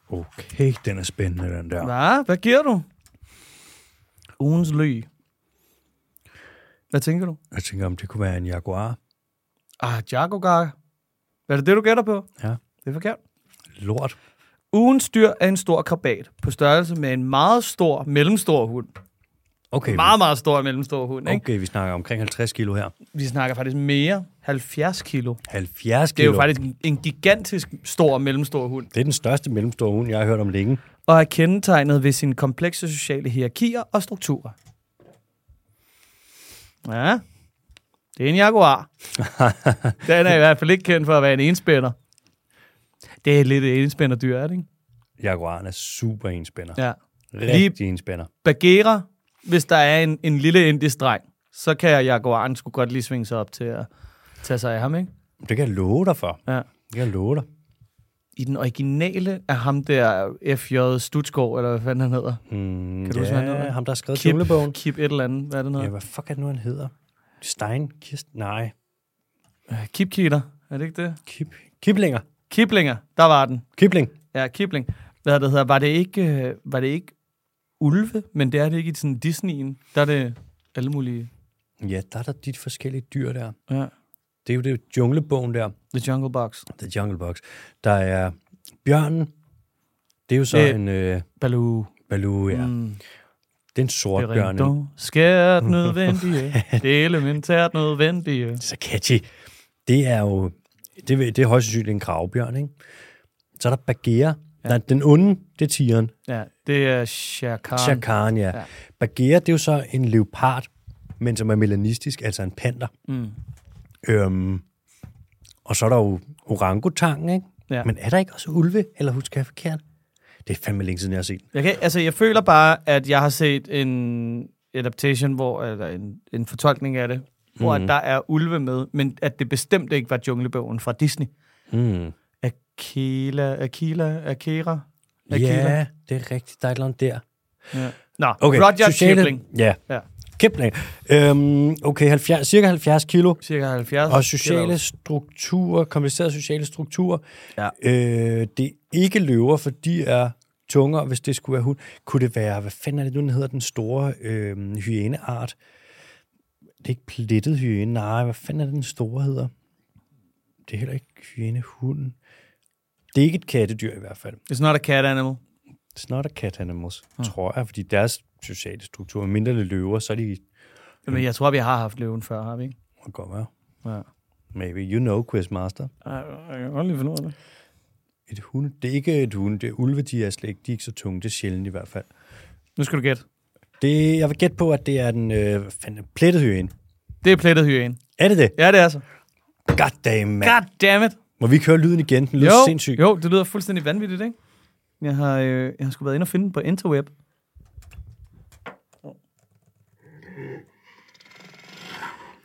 [SPEAKER 1] Okay, den er spændende, den der.
[SPEAKER 2] Hvad? Hvad giver du? Ugens løg. Hvad tænker du?
[SPEAKER 1] Jeg tænker, om det kunne være en jaguar.
[SPEAKER 2] Ah, Jago Gaga. Er det det, du gætter på?
[SPEAKER 1] Ja.
[SPEAKER 2] Det er forkert.
[SPEAKER 1] Lort.
[SPEAKER 2] Ugens dyr er en stor krabat på størrelse med en meget stor, mellemstor hund.
[SPEAKER 1] Okay,
[SPEAKER 2] Meget, meget stor, mellemstor hund. Ikke?
[SPEAKER 1] okay vi snakker omkring 50 kilo her.
[SPEAKER 2] Vi snakker faktisk mere. 70 kilo.
[SPEAKER 1] 70
[SPEAKER 2] Det
[SPEAKER 1] kilo.
[SPEAKER 2] er jo faktisk en gigantisk stor, mellemstor hund.
[SPEAKER 1] det er den største mellemstore hund, jeg har hørt om længe.
[SPEAKER 2] og er kendetegnet ved sine komplekse sociale hierarkier og strukturer. Ja, det er en jaguar. Den er i hvert fald ikke kendt for at være en enspænder. Det er lidt et enspænderdyr, er det ikke?
[SPEAKER 1] Jaguaren er super enspænder.
[SPEAKER 2] Ja.
[SPEAKER 1] Rigtig enspænder.
[SPEAKER 2] Bagheera, hvis der er en, en lille indisk dreng, så kan jaguaren skulle godt lige svinge sig op til at tage sig af ham, ikke?
[SPEAKER 1] Det kan jeg love dig for.
[SPEAKER 2] Ja.
[SPEAKER 1] Det kan jeg love dig.
[SPEAKER 2] I den originale er ham der F.J. Stutsgaard, eller hvad fanden han hedder.
[SPEAKER 1] Mm,
[SPEAKER 2] Kan du
[SPEAKER 1] ja,
[SPEAKER 2] huske, hvad han hedder?
[SPEAKER 1] ham, der har skrevet
[SPEAKER 2] Kip,
[SPEAKER 1] Junglebogen.
[SPEAKER 2] Kip et eller andet. Hvad er det, han
[SPEAKER 1] Ja,
[SPEAKER 2] hedder?
[SPEAKER 1] hvad fuck er det nu, han hedder? Stein? Kist? Nej.
[SPEAKER 2] Øh, Kip Kitter, er det ikke det?
[SPEAKER 1] Kip. Kiplinger.
[SPEAKER 2] Kiplinger, der var den.
[SPEAKER 1] Kipling.
[SPEAKER 2] Ja, Kipling. Hvad det hedder, var det ikke, øh, var det ikke ulve, men det er det ikke i sådan Disney'en. Der er det alle mulige.
[SPEAKER 1] Ja, der er der de forskellige dyr der.
[SPEAKER 2] Ja.
[SPEAKER 1] Det er jo det junglebogen der,
[SPEAKER 2] The Jungle Box.
[SPEAKER 1] The Jungle Box. Der er bjørnen. Det er jo så
[SPEAKER 2] Øh.
[SPEAKER 1] øh. en øh,
[SPEAKER 2] Baloo.
[SPEAKER 1] balu, ja. Mm.
[SPEAKER 2] Mm,
[SPEAKER 1] Det er en sort
[SPEAKER 2] det er
[SPEAKER 1] bjørn.
[SPEAKER 2] rent
[SPEAKER 1] ikke?
[SPEAKER 2] dog. Skært nødvendige. det er elementært nødvendige.
[SPEAKER 1] Så catchy. Det er jo, det, vil- det er højst sandsynligt en kravbjørn, ikke? Så er der Bagheera. Ja. Nej, den onde, det er tigeren.
[SPEAKER 2] Ja, det er Shakar.
[SPEAKER 1] Shakaren, ja.
[SPEAKER 2] Ja.
[SPEAKER 1] ja. Bagheera, det er jo så en leopard, men som er melanistisk, altså en panter.
[SPEAKER 2] Mm.
[SPEAKER 1] Øhm, og så er der jo orangutangen, ikke?
[SPEAKER 2] Ja.
[SPEAKER 1] Men er der ikke også ulve, eller husker jeg forkert? Det er fandme længe siden, jeg har set.
[SPEAKER 2] Jeg, kan, altså, jeg føler bare, at jeg har set en adaptation, hvor, eller en, en fortolkning af det, hvor mm. der er ulve med, men at det bestemt ikke var junglebogen fra Disney.
[SPEAKER 1] Mm.
[SPEAKER 2] Akela, Akela, Akira. Akira.
[SPEAKER 1] Ja, det er rigtigt. Der er et eller andet der.
[SPEAKER 2] Ja. Nå,
[SPEAKER 1] Okay,
[SPEAKER 2] okay. Roger Sociale... Kipling.
[SPEAKER 1] Ja,
[SPEAKER 2] Ja,
[SPEAKER 1] Kipling. Øhm, okay, 70, cirka 70 kilo.
[SPEAKER 2] cirka 70.
[SPEAKER 1] Og sociale strukturer, komplicerede sociale strukturer.
[SPEAKER 2] Ja.
[SPEAKER 1] Øh, det er ikke løver, for de er tungere, hvis det skulle være hund. Kunne det være, hvad fanden er det nu, den hedder, den store øh, hyæneart? Det er ikke plettet hyæne, nej, hvad fanden er det, den store hedder? Det er heller ikke hyænehunden. Det er ikke et kattedyr i hvert fald.
[SPEAKER 2] It's not a cat animal.
[SPEAKER 1] It's not a cat animals, mm. tror jeg, fordi deres sociale strukturer, mindre det er løver, så er de...
[SPEAKER 2] Men jeg tror, vi har haft løven før, har vi ikke?
[SPEAKER 1] Må godt være.
[SPEAKER 2] Ja.
[SPEAKER 1] Maybe. You know, Quizmaster.
[SPEAKER 2] Ej, Jeg kan godt lige finde ud af det.
[SPEAKER 1] Et hunde. Det er ikke et hunde. Det er ulve, de er slet ikke, de er ikke så tunge. Det er sjældent i hvert fald.
[SPEAKER 2] Nu skal du gætte. Det,
[SPEAKER 1] Det, jeg vil gætte på, at det er den øh, hvad fanden, er det? plettet hyæne.
[SPEAKER 2] det er plettet hyæne.
[SPEAKER 1] Er det det?
[SPEAKER 2] Ja, det er så.
[SPEAKER 1] God damn, man.
[SPEAKER 2] God damn it.
[SPEAKER 1] Må vi køre lyden igen? Den lyder sindssygt.
[SPEAKER 2] jo, det lyder fuldstændig vanvittigt, ikke? Jeg har, øh, jeg har sgu været inde og finde den på interweb.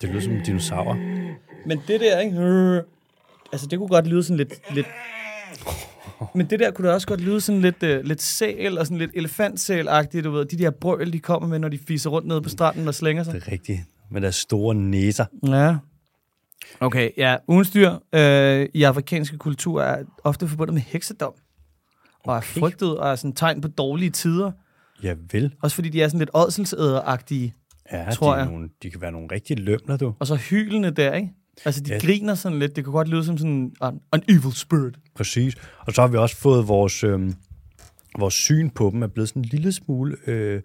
[SPEAKER 1] Det lyder som en dinosaur.
[SPEAKER 2] Men det der, ikke? Øh, Altså, det kunne godt lyde sådan lidt... lidt men det der kunne da også godt lyde sådan lidt, øh, lidt sæl og sådan lidt elefantsæl-agtigt, du ved. De der brøl, de kommer med, når de fiser rundt nede på stranden og slænger sig.
[SPEAKER 1] Det er rigtigt. Med deres store næser.
[SPEAKER 2] Ja. Okay, ja. Ugens dyr øh, i afrikanske kulturer er ofte forbundet med heksedom. Og er frygtet og er sådan tegn på dårlige tider.
[SPEAKER 1] Ja, vel.
[SPEAKER 2] Også fordi de er sådan lidt ådselsæderagtige.
[SPEAKER 1] Ja,
[SPEAKER 2] Tror
[SPEAKER 1] de, er
[SPEAKER 2] jeg.
[SPEAKER 1] nogle, de kan være nogle rigtige lømler, du.
[SPEAKER 2] Og så hylende der, ikke? Altså, de
[SPEAKER 1] Ja.
[SPEAKER 2] griner sådan lidt. Det kunne godt lyde som sådan an, an evil spirit.
[SPEAKER 1] Præcis. Og så har vi også fået vores, øh, vores syn på dem er blevet sådan en lille smule... Øh,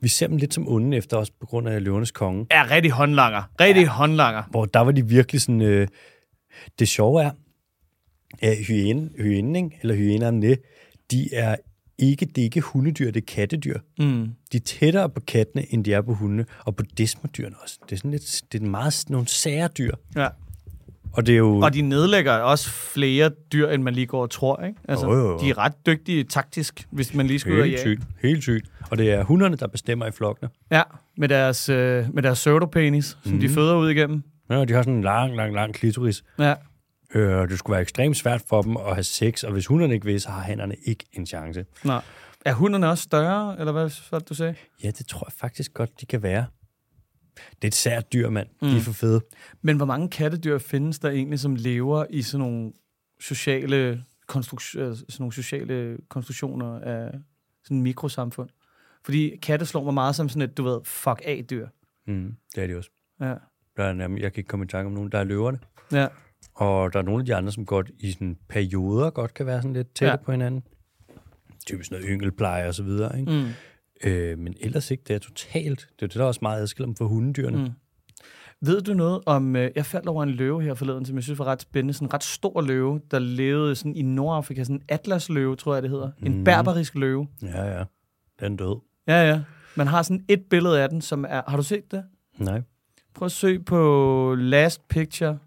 [SPEAKER 1] vi ser dem lidt som onde efter os på grund af løvernes konge.
[SPEAKER 2] er rigtig håndlanger. Rigtig ja. håndlanger.
[SPEAKER 1] hvor der var de virkelig sådan... Øh, det sjove er, at hyæne, hyænen, ikke? eller hyænerne, de er ikke, det er ikke hundedyr, det er kattedyr.
[SPEAKER 2] Mm.
[SPEAKER 1] De er tættere på kattene, end de er på hundene, og på desmodyrene også. Det er sådan lidt, det er meget nogle sære dyr,
[SPEAKER 2] Ja.
[SPEAKER 1] og det er jo...
[SPEAKER 2] Og de nedlægger også flere dyr, end man lige går og tror. Ikke? Altså,
[SPEAKER 1] Jo, jo, jo.
[SPEAKER 2] De er ret dygtige taktisk, hvis man lige skulle ud og
[SPEAKER 1] Helt
[SPEAKER 2] jage.
[SPEAKER 1] sygt, helt sygt. Og det er hunderne, der bestemmer i flokkene.
[SPEAKER 2] Ja, med deres,
[SPEAKER 1] Mhm.
[SPEAKER 2] øh, med deres pseudopenis, som mm. de føder ud igennem.
[SPEAKER 1] Ja, og de har sådan en lang, lang, lang klitoris.
[SPEAKER 2] Ja.
[SPEAKER 1] Øh, det skulle være ekstremt svært for dem at have sex, og hvis hunderne ikke vil, så har hannerne ikke en chance.
[SPEAKER 2] Nej. Er hunderne også større, eller hvad var det, du sagde?
[SPEAKER 1] Ja, det tror jeg faktisk godt, de kan være. Det er et sært dyr, mand. Mm. De er for fede.
[SPEAKER 2] Men hvor mange kattedyr findes der egentlig, som lever i sådan nogle sociale, konstruk- øh, sådan nogle sociale konstruktioner af sådan en mikrosamfund? Fordi katte slår mig meget som sådan et, du ved, fuck af dyr.
[SPEAKER 1] Mm. Det er de også.
[SPEAKER 2] Ja.
[SPEAKER 1] Der er, nem- jeg kan ikke komme i tanke om nogen. Der er løverne.
[SPEAKER 2] ja.
[SPEAKER 1] Og der er nogle af de andre, som godt i sådan perioder godt kan være sådan lidt tætte
[SPEAKER 2] Ja.
[SPEAKER 1] ja. på hinanden. Typisk noget yngelpleje og så videre, ikke?
[SPEAKER 2] Mm.
[SPEAKER 1] Mm. Øh, men ellers ikke, det er totalt. Det er jo det, der er også meget adskilt om for hundedyrene.
[SPEAKER 2] Mm.
[SPEAKER 1] Mm.
[SPEAKER 2] Ved du noget om, øh, jeg faldt over en løve her forleden, som jeg synes var ret spændende, sådan en ret stor løve, der levede sådan i Nordafrika, sådan en atlasløve, tror jeg det hedder. En
[SPEAKER 1] Mhm.
[SPEAKER 2] berberisk løve.
[SPEAKER 1] Ja, ja. Den er død.
[SPEAKER 2] Mm. Ja, ja. Man har sådan et billede af den, som er, har du set det?
[SPEAKER 1] Nej.
[SPEAKER 2] Prøv at søg på Last Picture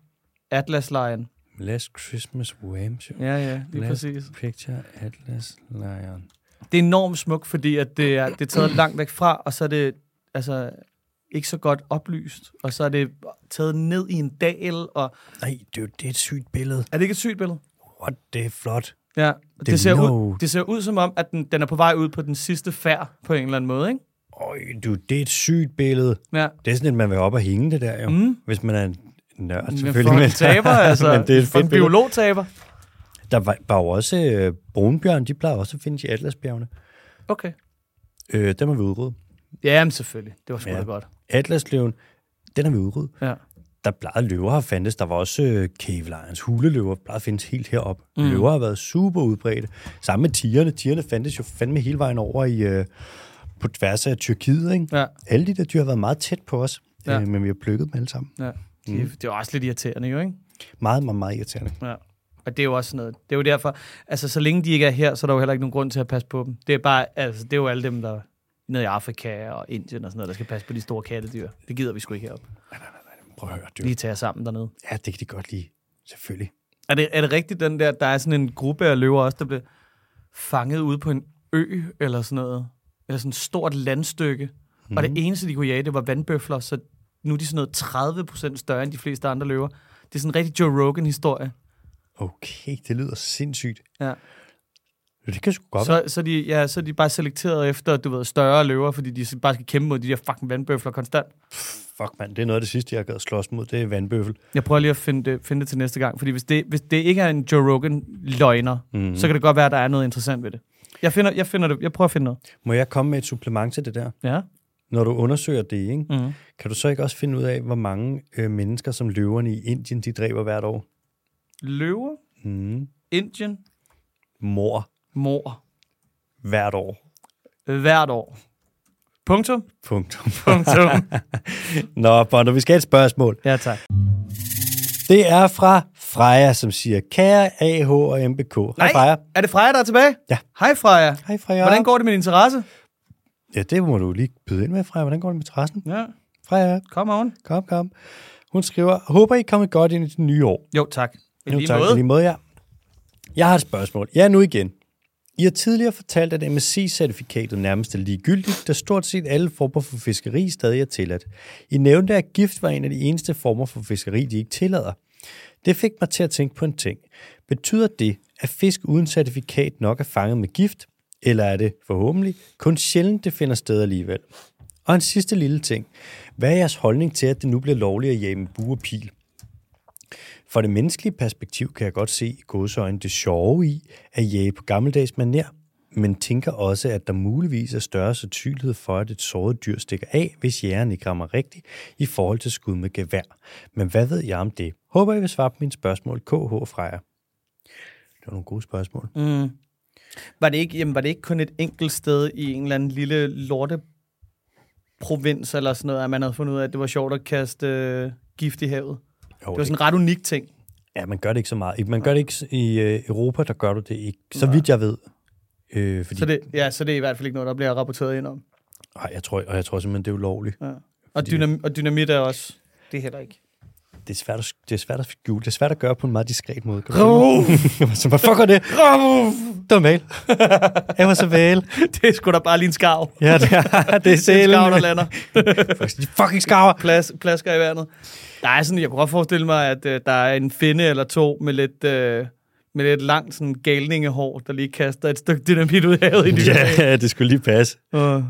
[SPEAKER 2] Atlas Lion.
[SPEAKER 1] Last Christmas Wham!
[SPEAKER 2] Ja, ja, lige
[SPEAKER 1] Last-
[SPEAKER 2] præcis.
[SPEAKER 1] Picture Atlas Lion.
[SPEAKER 2] Det er enormt smukt, fordi at det, er, det er taget langt væk fra, og så er det altså, ikke så godt oplyst, og så er det taget ned i en dal, og
[SPEAKER 1] Nej, det er jo det er et sygt billede.
[SPEAKER 2] er det ikke et sygt billede?
[SPEAKER 1] What, det er flot.
[SPEAKER 2] Ja, det,
[SPEAKER 1] Det er
[SPEAKER 2] det, ser ud,
[SPEAKER 1] no.
[SPEAKER 2] det ser ud som om, at den, den er på vej ud på den sidste færd på en eller anden måde, ikke?
[SPEAKER 1] Øj, du, det er et sygt billede.
[SPEAKER 2] Ja.
[SPEAKER 1] Det er sådan, at man vil op og hænge det der, jo.
[SPEAKER 2] Mm.
[SPEAKER 1] Hvis man er en nørd,
[SPEAKER 2] Men
[SPEAKER 1] selvfølgelig.
[SPEAKER 2] for en taber, altså.
[SPEAKER 1] men det er et
[SPEAKER 2] for en
[SPEAKER 1] fedt billede.
[SPEAKER 2] biolog taber.
[SPEAKER 1] Der var, var jo også øh, brunbjørn, de plejer også at findes i Atlasbjergene.
[SPEAKER 2] Okay.
[SPEAKER 1] Øh, dem har vi udryddet.
[SPEAKER 2] Jamen selvfølgelig, det var sgu
[SPEAKER 1] Ja.
[SPEAKER 2] da godt.
[SPEAKER 1] Atlasløven, den har vi udryddet.
[SPEAKER 2] Ja.
[SPEAKER 1] Der plejede løver har fandtes. Der var også øh, kævelejrens huleløver, plejede at findes helt heroppe. Mm. Løver har været super udbredte. Sammen med tigerne. Tigerne fandtes jo fandme hele vejen over i, øh, på tværs af Tyrkiet. Ikke?
[SPEAKER 2] Ja.
[SPEAKER 1] Alle de der dyr har været meget tæt på os,
[SPEAKER 2] Ja.
[SPEAKER 1] ja. øh, men vi har plukket dem alle sammen.
[SPEAKER 2] Ja. Det, mm. det er jo også lidt irriterende, jo, ikke?
[SPEAKER 1] Meget, meget, meget irriterende.
[SPEAKER 2] Ja. Og det er jo også sådan noget. Det er jo derfor, altså så længe de ikke er her, så er der jo heller ikke nogen grund til at passe på dem. Det er bare, altså det er jo alle dem, der er nede i Afrika og Indien og sådan noget, der skal passe på de store kattedyr. Det gider vi sgu ikke heroppe.
[SPEAKER 1] Prøv at høre, dyr.
[SPEAKER 2] Lige tage jer sammen dernede.
[SPEAKER 1] Ja, det kan de godt lide. Selvfølgelig.
[SPEAKER 2] Er det, er det rigtigt, den der, der er sådan en gruppe af løver også, der blev fanget ude på en ø eller sådan noget? Eller sådan et stort landstykke. Mm. Og det eneste, de kunne jage, det var vandbøfler, så nu er de sådan noget 30% større end de fleste andre løver. Det er sådan en rigtig Joe Rogan-historie.
[SPEAKER 1] Okay, det lyder sindssygt.
[SPEAKER 2] Ja.
[SPEAKER 1] Det kan sgu godt
[SPEAKER 2] Så, så, de, ja, så er de bare selekteret efter, du ved, større løver, fordi de bare skal kæmpe mod de der fucking vandbøfler konstant.
[SPEAKER 1] Fuck, mand. Det er noget af det sidste, jeg gad slås mod. Det er vandbøffel.
[SPEAKER 2] Jeg prøver lige at finde det, finde det til næste gang, fordi hvis det, hvis det ikke er en Joe Rogan-løgner, mm. så kan det godt være, at der er noget interessant ved det. Jeg, finder, jeg, finder det, jeg prøver at finde noget.
[SPEAKER 1] Må jeg komme med et supplement til det der?
[SPEAKER 2] Ja.
[SPEAKER 1] Når du undersøger det, ikke?
[SPEAKER 2] Mhm.
[SPEAKER 1] kan du så ikke også finde ud af, hvor mange øh, mennesker, som løverne i Indien, de dræber hvert år?
[SPEAKER 2] Løver,
[SPEAKER 1] Mm.
[SPEAKER 2] Indien,
[SPEAKER 1] Mor
[SPEAKER 2] mor. øh,
[SPEAKER 1] hvert år.
[SPEAKER 2] Hvert år. Punktum.
[SPEAKER 1] Punktum.
[SPEAKER 2] Punktum.
[SPEAKER 1] Nå, Bondo, vi skal have et spørgsmål.
[SPEAKER 2] ja, tak.
[SPEAKER 1] Det er fra Freja, som siger, kære AH og MBK. Hej Freja.
[SPEAKER 2] Er det Freja, der er tilbage?
[SPEAKER 1] Ja.
[SPEAKER 2] Hej, Freja.
[SPEAKER 1] Hej Freja.
[SPEAKER 2] Hvordan går det med din interesse?
[SPEAKER 1] Ja, det må du lige byde ind med, Freja. Hvordan går det med terrassen?
[SPEAKER 2] Ja,
[SPEAKER 1] Freja,
[SPEAKER 2] kom on.
[SPEAKER 1] kom, kom. Hun skriver, håber I kommer godt ind i det nye år.
[SPEAKER 2] Jo, tak. I
[SPEAKER 1] Jo,
[SPEAKER 2] lige
[SPEAKER 1] tak.
[SPEAKER 2] måde.
[SPEAKER 1] I lige måde, ja. Jeg har et spørgsmål. Ja, nu igen. I har tidligere fortalt, at MSC-certifikatet nærmest er ligegyldigt, da stort set alle former for fiskeri stadig er tilladt. I nævnte, at gift var en af de eneste former for fiskeri, de ikke tillader. Det fik mig til at tænke på en ting. Betyder det, at fisk uden certifikat nok er fanget med gift, eller er det forhåbentlig kun sjældent, det finder sted alligevel? Og en sidste lille ting. Hvad er jeres holdning til, at det nu bliver lovligt at jage med bue og pil? For det menneskelige perspektiv kan jeg godt se i godsøjne det sjove i at jage på gammeldags manér, men tænker også, at der muligvis er større sandsynlighed for, at et såret dyr stikker af, hvis jægeren ikke rammer rigtigt i forhold til skud med gevær. Men hvad ved jeg om det? Håber, I vil svare på mine spørgsmål. KH Freja. Det var nogle gode spørgsmål. Mm.
[SPEAKER 2] Var det ikke, jamen, var det ikke kun et enkelt sted i en eller anden lille lorte provins eller sådan noget, at man havde fundet ud af, at det var sjovt at kaste øh, gift i havet?
[SPEAKER 1] Jo,
[SPEAKER 2] Det var sådan en ret unik ting.
[SPEAKER 1] Ja, man gør det ikke så meget. Man gør det ikke s- i øh, Europa, der gør du det ikke, så vidt jeg ved. Øh, fordi,
[SPEAKER 2] Så det, ja, så det er i hvert fald ikke noget, der bliver rapporteret ind om.
[SPEAKER 1] Ej, jeg tror, og jeg tror simpelthen, det er ulovligt.
[SPEAKER 2] Ja. Og, dynam, og dynamit er også... Det er heller ikke.
[SPEAKER 1] det er svært at, det er svært at skjule. Det er svært at gøre på en meget diskret måde. Kan du se mig? Så hvad fuck er det? det var mail. Jeg var så væl.
[SPEAKER 2] det er sgu da bare lige en skarv.
[SPEAKER 1] Ja, det er, det er
[SPEAKER 2] Det er en
[SPEAKER 1] sælen.
[SPEAKER 2] skarv, der lander.
[SPEAKER 1] De fucking skarver.
[SPEAKER 2] Plas, plasker i vandet. Der er sådan, jeg kunne godt forestille mig, at øh, der er en finde eller to med lidt, øh, med lidt langt sådan galningehår, der lige kaster et stykke dynamit ud i havet i ny og næ.
[SPEAKER 1] Ja, det skulle lige passe.
[SPEAKER 2] Øh.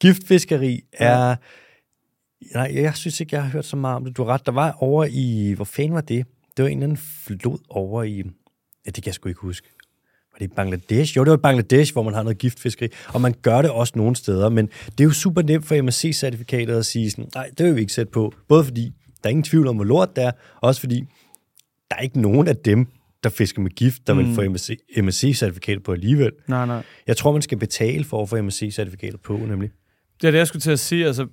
[SPEAKER 1] Giftfiskeri er... Nej, jeg synes ikke, jeg har hørt så meget om det. Du har ret. Der var over i... Hvor fanden var det? Det var en eller anden flod over i... Ja, det kan jeg sgu ikke huske. Var det i Bangladesh? Jo, det var i Bangladesh, hvor man har noget giftfiskeri. Og man gør det også nogle steder, men det er jo super nemt for MSC-certifikatet at sige sådan, nej, det vil vi ikke sætte på. Både fordi, der er ingen tvivl om, hvor lort det er, og også fordi, der er ikke nogen af dem, der fisker med gift, der mm. vil få MSC-certifikatet på alligevel.
[SPEAKER 2] Nej, nej.
[SPEAKER 1] Jeg tror, man skal betale for at få MSC-certifikatet på, nemlig.
[SPEAKER 2] Det er det, jeg skulle til at sige. Altså,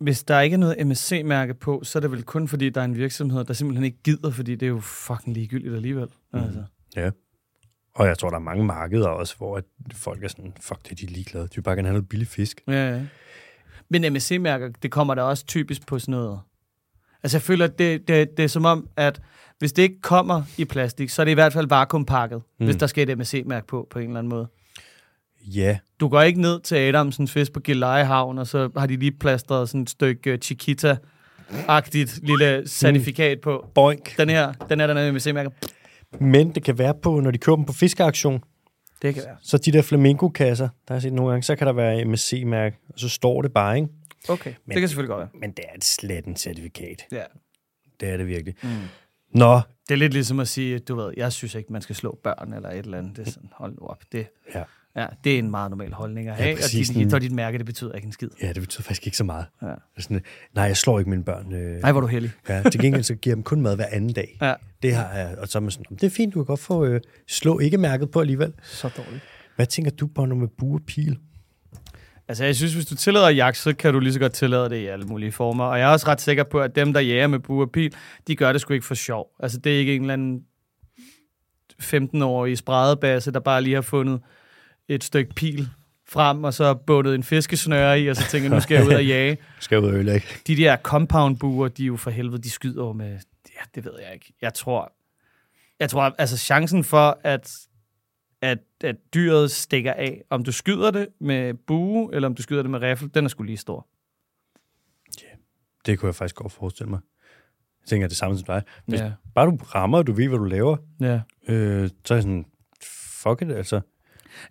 [SPEAKER 2] hvis der ikke er noget MSC-mærke på, så er det vel kun fordi, der er en virksomhed, der simpelthen ikke gider, fordi det er jo fucking ligegyldigt alligevel. Mm. Altså.
[SPEAKER 1] Ja. Og jeg tror, der er mange markeder også, hvor at folk er sådan, fuck det, de er ligeglade. De vil bare gerne have noget billig fisk.
[SPEAKER 2] Ja, ja. Men MSC-mærker, det kommer der også typisk på sådan noget. Altså, jeg føler, det, det, det er som om, at hvis det ikke kommer i plastik, så er det i hvert fald vakuumpakket, mm. hvis der skal et MSC-mærke på, på en eller anden måde.
[SPEAKER 1] Ja,
[SPEAKER 2] Du går ikke ned til Adamsens fisk på Gilleleje Havn, og så har de lige plastret sådan et stykke øh, Chiquita-agtigt lille certifikat på.
[SPEAKER 1] boink.
[SPEAKER 2] Den her, den her, den er MSC-mærker.
[SPEAKER 1] Men det kan være på, når de køber dem på fiskeaktion,
[SPEAKER 2] Det kan være.
[SPEAKER 1] så de der flamingokasser, der har jeg set nogle gange, så kan der være MSC-mærke, og så står det bare, ikke?
[SPEAKER 2] Okay, Men... det kan selvfølgelig godt være.
[SPEAKER 1] Men det er et slet en certifikat.
[SPEAKER 2] Ja.
[SPEAKER 1] Det er det virkelig. Mm. Nå,
[SPEAKER 2] Det er lidt ligesom at sige, du ved, jeg synes ikke, man skal slå børn eller et eller andet. Det er sådan, hold nu op. Det,
[SPEAKER 1] ja.
[SPEAKER 2] ja, det er en meget normal holdning at have, ja, og
[SPEAKER 1] præcis.
[SPEAKER 2] dit, dit, og dit mærke, det betyder ikke en skid.
[SPEAKER 1] ja, det betyder faktisk ikke så meget.
[SPEAKER 2] Ja.
[SPEAKER 1] Det er Sådan, nej, jeg slår ikke mine børn. Øh,
[SPEAKER 2] Nej, hvor er du heldig.
[SPEAKER 1] Ja, til gengæld så giver jeg dem kun mad hver anden dag.
[SPEAKER 2] Ja.
[SPEAKER 1] Det har jeg, og så er man sådan, det er fint, du kan godt få øh, slå ikke mærket på alligevel.
[SPEAKER 2] Så dårligt.
[SPEAKER 1] Hvad tænker du på, når med bue og pil?
[SPEAKER 2] Altså, jeg synes, hvis du tillader jagt, så kan du lige så godt tillade det i alle mulige former. Og jeg er også ret sikker på, at dem, der jager med bue og pil, de gør det sgu ikke for sjov. Altså, det er ikke en eller anden 15-årig spredebasse, der bare lige har fundet et stykke pil frem, og så bundet en fiskesnøre i, og så tænker, nu skal jeg ud og jage.
[SPEAKER 1] Skal jeg ud og ødelægge?
[SPEAKER 2] De der compound-buer, de er jo for helvede, de skyder jo med... Ja, det ved jeg ikke. Jeg tror... Jeg tror, altså chancen for, at, at, at dyret stikker af, om du skyder det med bue, eller om du skyder det med riffel, den er sgu lige stor.
[SPEAKER 1] Det kunne jeg faktisk godt forestille mig. Jeg tænker det samme som dig. Hvis
[SPEAKER 2] Ja.
[SPEAKER 1] bare du rammer, og du ved, hvad du laver,
[SPEAKER 2] Ja.
[SPEAKER 1] øh, så er jeg sådan, fuck it, altså.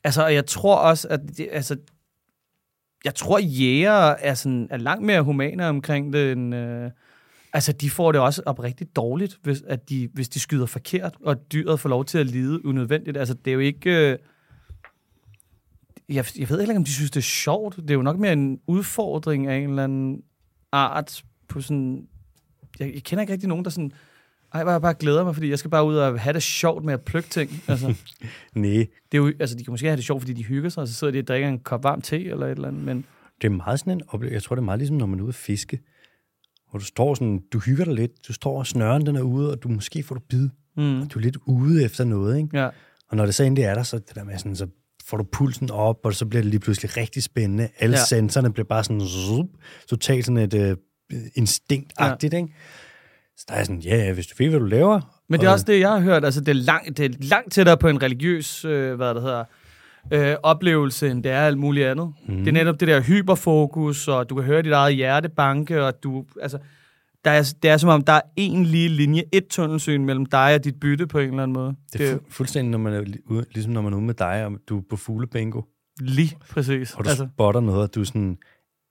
[SPEAKER 2] Altså, og jeg tror også, at... Det, altså, jeg tror, jæger er, sådan, er langt mere humane omkring det, end, øh, altså, de får det også oprigtigt dårligt, hvis, at de, hvis de skyder forkert, og dyret får lov til at lide unødvendigt. Altså, det er jo ikke... Øh, jeg, jeg ved heller ikke, om de synes, det er sjovt. Det er jo nok mere en udfordring af en eller anden art på sådan... Jeg, jeg kender ikke rigtig nogen, der sådan... Ej, hvor jeg bare glæder mig, fordi jeg skal bare ud og have det sjovt med at plukke ting. Altså,
[SPEAKER 1] Nej,
[SPEAKER 2] det er jo, altså, de kan måske have det sjovt, fordi de hygger sig, og så sidder de og drikker en kop varm te eller et eller andet, men
[SPEAKER 1] det er meget sådan en oplevelse. Jeg tror, det er meget ligesom, når man er ude at fiske. Hvor du står sådan, du hygger dig lidt, du står og snøren den er ude, og du måske får du bid.
[SPEAKER 2] Mm.
[SPEAKER 1] Og du er lidt ude efter noget, ikke?
[SPEAKER 2] ja.
[SPEAKER 1] Og når det så endelig er der, så, det der med sådan, så får du pulsen op, og så bliver det lige pludselig rigtig spændende. Alle
[SPEAKER 2] Ja.
[SPEAKER 1] ja. sensorerne bliver bare sådan, zup, totalt sådan et øh, instinktagtigt, ja. ikke? Så der er sådan, ja, ja, hvis du ved, hvad du laver.
[SPEAKER 2] Men det er
[SPEAKER 1] og-
[SPEAKER 2] også det, jeg har hørt, altså det er langt, det er langt tættere på en religiøs, øh, hvad det hedder, øh, oplevelse, end det er alt muligt andet.
[SPEAKER 1] Mhm.
[SPEAKER 2] Mm. Det er netop det der hyperfokus, og du kan høre dit eget hjerte banke, og du, altså, der er, det er som om, der er en lige linje, et tunnelsyn mellem dig og dit bytte på en eller anden måde.
[SPEAKER 1] Det er fu- fuldstændig, når man er li- ude, ligesom når man er ude med dig, og du er på fuglebingo,
[SPEAKER 2] lige præcis.
[SPEAKER 1] og du
[SPEAKER 2] Altså,
[SPEAKER 1] altså. spotter noget, og du er sådan,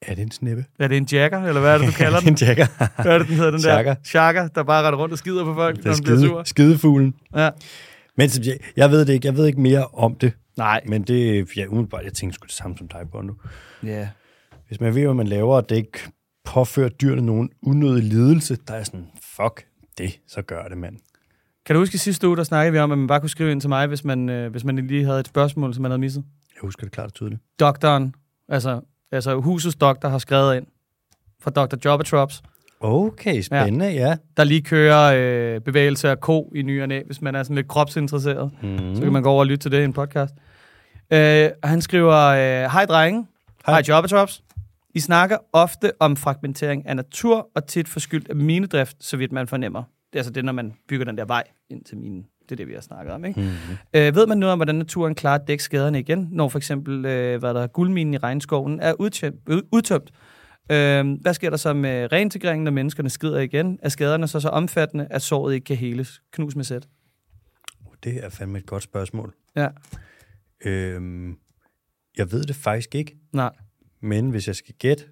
[SPEAKER 1] er det en snippe?
[SPEAKER 2] er det en jacker, eller hvad er det, du kalder
[SPEAKER 1] er det en
[SPEAKER 2] den?
[SPEAKER 1] jacker?
[SPEAKER 2] Hvad er det, den hedder, den
[SPEAKER 1] Jacker.
[SPEAKER 2] der? Shakker, der bare retter rundt og skider på folk,
[SPEAKER 1] det er
[SPEAKER 2] når den bliver sur.
[SPEAKER 1] skide, skidefuglen.
[SPEAKER 2] Ja.
[SPEAKER 1] Men som jeg, jeg ved det ikke, jeg ved ikke mere om det,
[SPEAKER 2] Nej.
[SPEAKER 1] men det, ja, umiddelbart, jeg tænker sgu det samme som dig, Bondo.
[SPEAKER 2] Ja.
[SPEAKER 1] hvis man ved, hvad man laver, og det ikke påfører dyrene nogen unødig lidelse, der er sådan, fuck det, så gør det, mand.
[SPEAKER 2] Kan du huske i sidste uge, der snakkede vi om, at man bare kunne skrive ind til mig, hvis man, øh, hvis man lige havde et spørgsmål, som man havde misset?
[SPEAKER 1] Jeg husker det klart og tydeligt.
[SPEAKER 2] Doktoren, altså, altså husets doktor, har skrevet ind fra Dr. Jobbetrops,
[SPEAKER 1] Okay, spændende, ja.
[SPEAKER 2] der lige kører øh, bevægelse af ko i ny og næ, hvis man er sådan lidt kropsinteresseret.
[SPEAKER 1] Mm.
[SPEAKER 2] Så kan man gå over og lytte til det i en podcast. Øh, og han skriver, øh, hej drenge,
[SPEAKER 1] Hej.
[SPEAKER 2] hej Jobbetrops. I snakker ofte om fragmentering af natur, og tit forskyldt af minedrift, så vidt man fornemmer. Det er altså det, når man bygger den der vej ind til minen. Det er det, vi har snakket om. Ikke?
[SPEAKER 1] Uh,
[SPEAKER 2] Mm-hmm. Øh, ved man noget om, hvordan naturen klarer dækskaderne igen, når for eksempel øh, hvad der er guldminen i regnskoven er udtømt? Øh, udtømt? Øh, hvad sker der så med reintegreringen, når menneskerne skrider igen? Er skaderne så så omfattende, at såret ikke kan heles? Knus med sæt.
[SPEAKER 1] Det er fandme et godt spørgsmål.
[SPEAKER 2] Ja,
[SPEAKER 1] Øhm, jeg ved det faktisk ikke,
[SPEAKER 2] nej.
[SPEAKER 1] men hvis jeg skal gætte,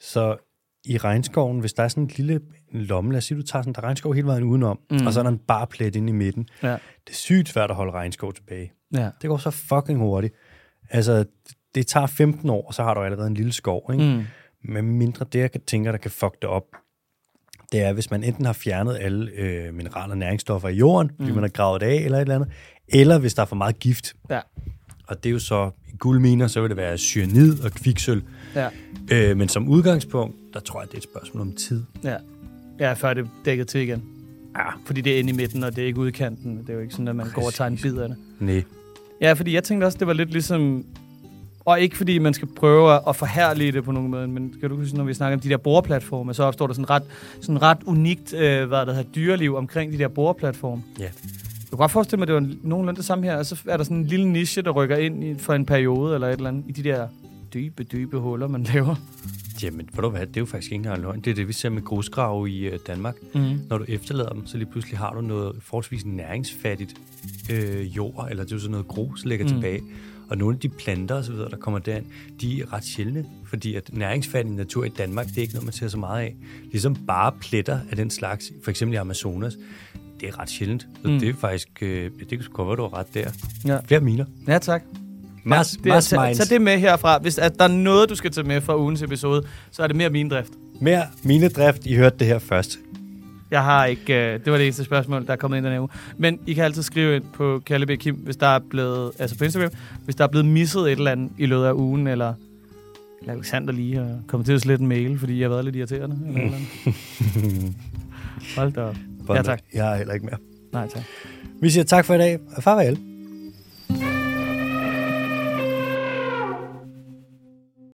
[SPEAKER 1] så i regnskoven, hvis der er sådan en lille lomme, lad os sige, du tager sådan der er regnskov hele vejen udenom, mm. og så er der en bar plet inde i midten.
[SPEAKER 2] Ja.
[SPEAKER 1] Det er sygt svært at holde regnskov tilbage.
[SPEAKER 2] Ja.
[SPEAKER 1] Det går så fucking hurtigt. Altså, det tager 15 år, og så har du allerede en lille skov, ikke? Mm. Men mindre det, jeg kan- tænker, der kan fuck det op, det er, hvis man enten har fjernet alle øh, mineraler og næringsstoffer i jorden, fordi man har gravet det af eller et eller andet, eller hvis der er for meget gift.
[SPEAKER 2] Ja.
[SPEAKER 1] Og det er jo så, i guldminer, så vil det være cyanid og kviksøl.
[SPEAKER 2] Ja.
[SPEAKER 1] Øh, men som udgangspunkt, der tror jeg, det er et spørgsmål om tid.
[SPEAKER 2] Ja. Ja, før det er dækket til igen.
[SPEAKER 1] Ja,
[SPEAKER 2] Fordi det er inde i midten, og det er ikke ude i kanten. Det er jo ikke sådan, at man Præcis. går og tager en bid af det.
[SPEAKER 1] nej.
[SPEAKER 2] Ja, fordi jeg tænkte også, det var lidt ligesom... Og ikke fordi man skal prøve at- at forhærlige det på nogen måde, men kan du huske, når vi snakker om de der boreplatforme, så opstår der sådan ret, sådan ret unikt, øh, hvad der hedder, dyreliv omkring de der boreplatforme.
[SPEAKER 1] Ja.
[SPEAKER 2] Jeg kan godt forestille mig, at det var nogenlunde det samme her, og så er der sådan en lille niche, der rykker ind i, for en periode eller et eller andet, i de der dybe, dybe huller, man laver.
[SPEAKER 1] Jamen, ved du hvad, det er jo faktisk ikke engang løgn. Det er det, vi ser med grusgrave i øh, Danmark.
[SPEAKER 2] Mm.
[SPEAKER 1] Når du efterlader dem, så lige pludselig har du noget forholdsvis næringsfattigt øh, jord, eller det er jo sådan noget grus, der ligger mm. tilbage. Og nogle af de planter osv., der kommer derind, de er ret sjældne, fordi at næringsfattig natur i Danmark, det er ikke noget, man ser så meget af. Ligesom bare pletter af den slags, for eksempel i Amazonas, det er ret sjældent. Så mm. det er faktisk, øh, det kan sgu godt være, du har ret der.
[SPEAKER 2] Ja.
[SPEAKER 1] Flere miner.
[SPEAKER 2] ja, tak.
[SPEAKER 1] Mas,
[SPEAKER 2] Det er,
[SPEAKER 1] mas
[SPEAKER 2] tag,
[SPEAKER 1] mines.
[SPEAKER 2] tag det med herfra. Hvis at der er noget, du skal tage med fra ugens episode, så er det mere min drift.
[SPEAKER 1] Mere minedrift, I hørte det her først.
[SPEAKER 2] Jeg har ikke... Øh, det var det eneste spørgsmål, der er kommet ind den her uge. Men I kan altid skrive ind på Kalle B. Kim, hvis der er blevet... Altså på Instagram. Hvis der er blevet misset et eller andet i løbet af ugen, eller... Eller Alexander lige har kommet til at slette en mail, fordi jeg har været lidt irriterende. Eller et eller andet. Hold da op. Ja, tak.
[SPEAKER 1] Jeg har heller ikke mere.
[SPEAKER 2] Nej, tak.
[SPEAKER 1] Vi siger tak for i dag, og farvel.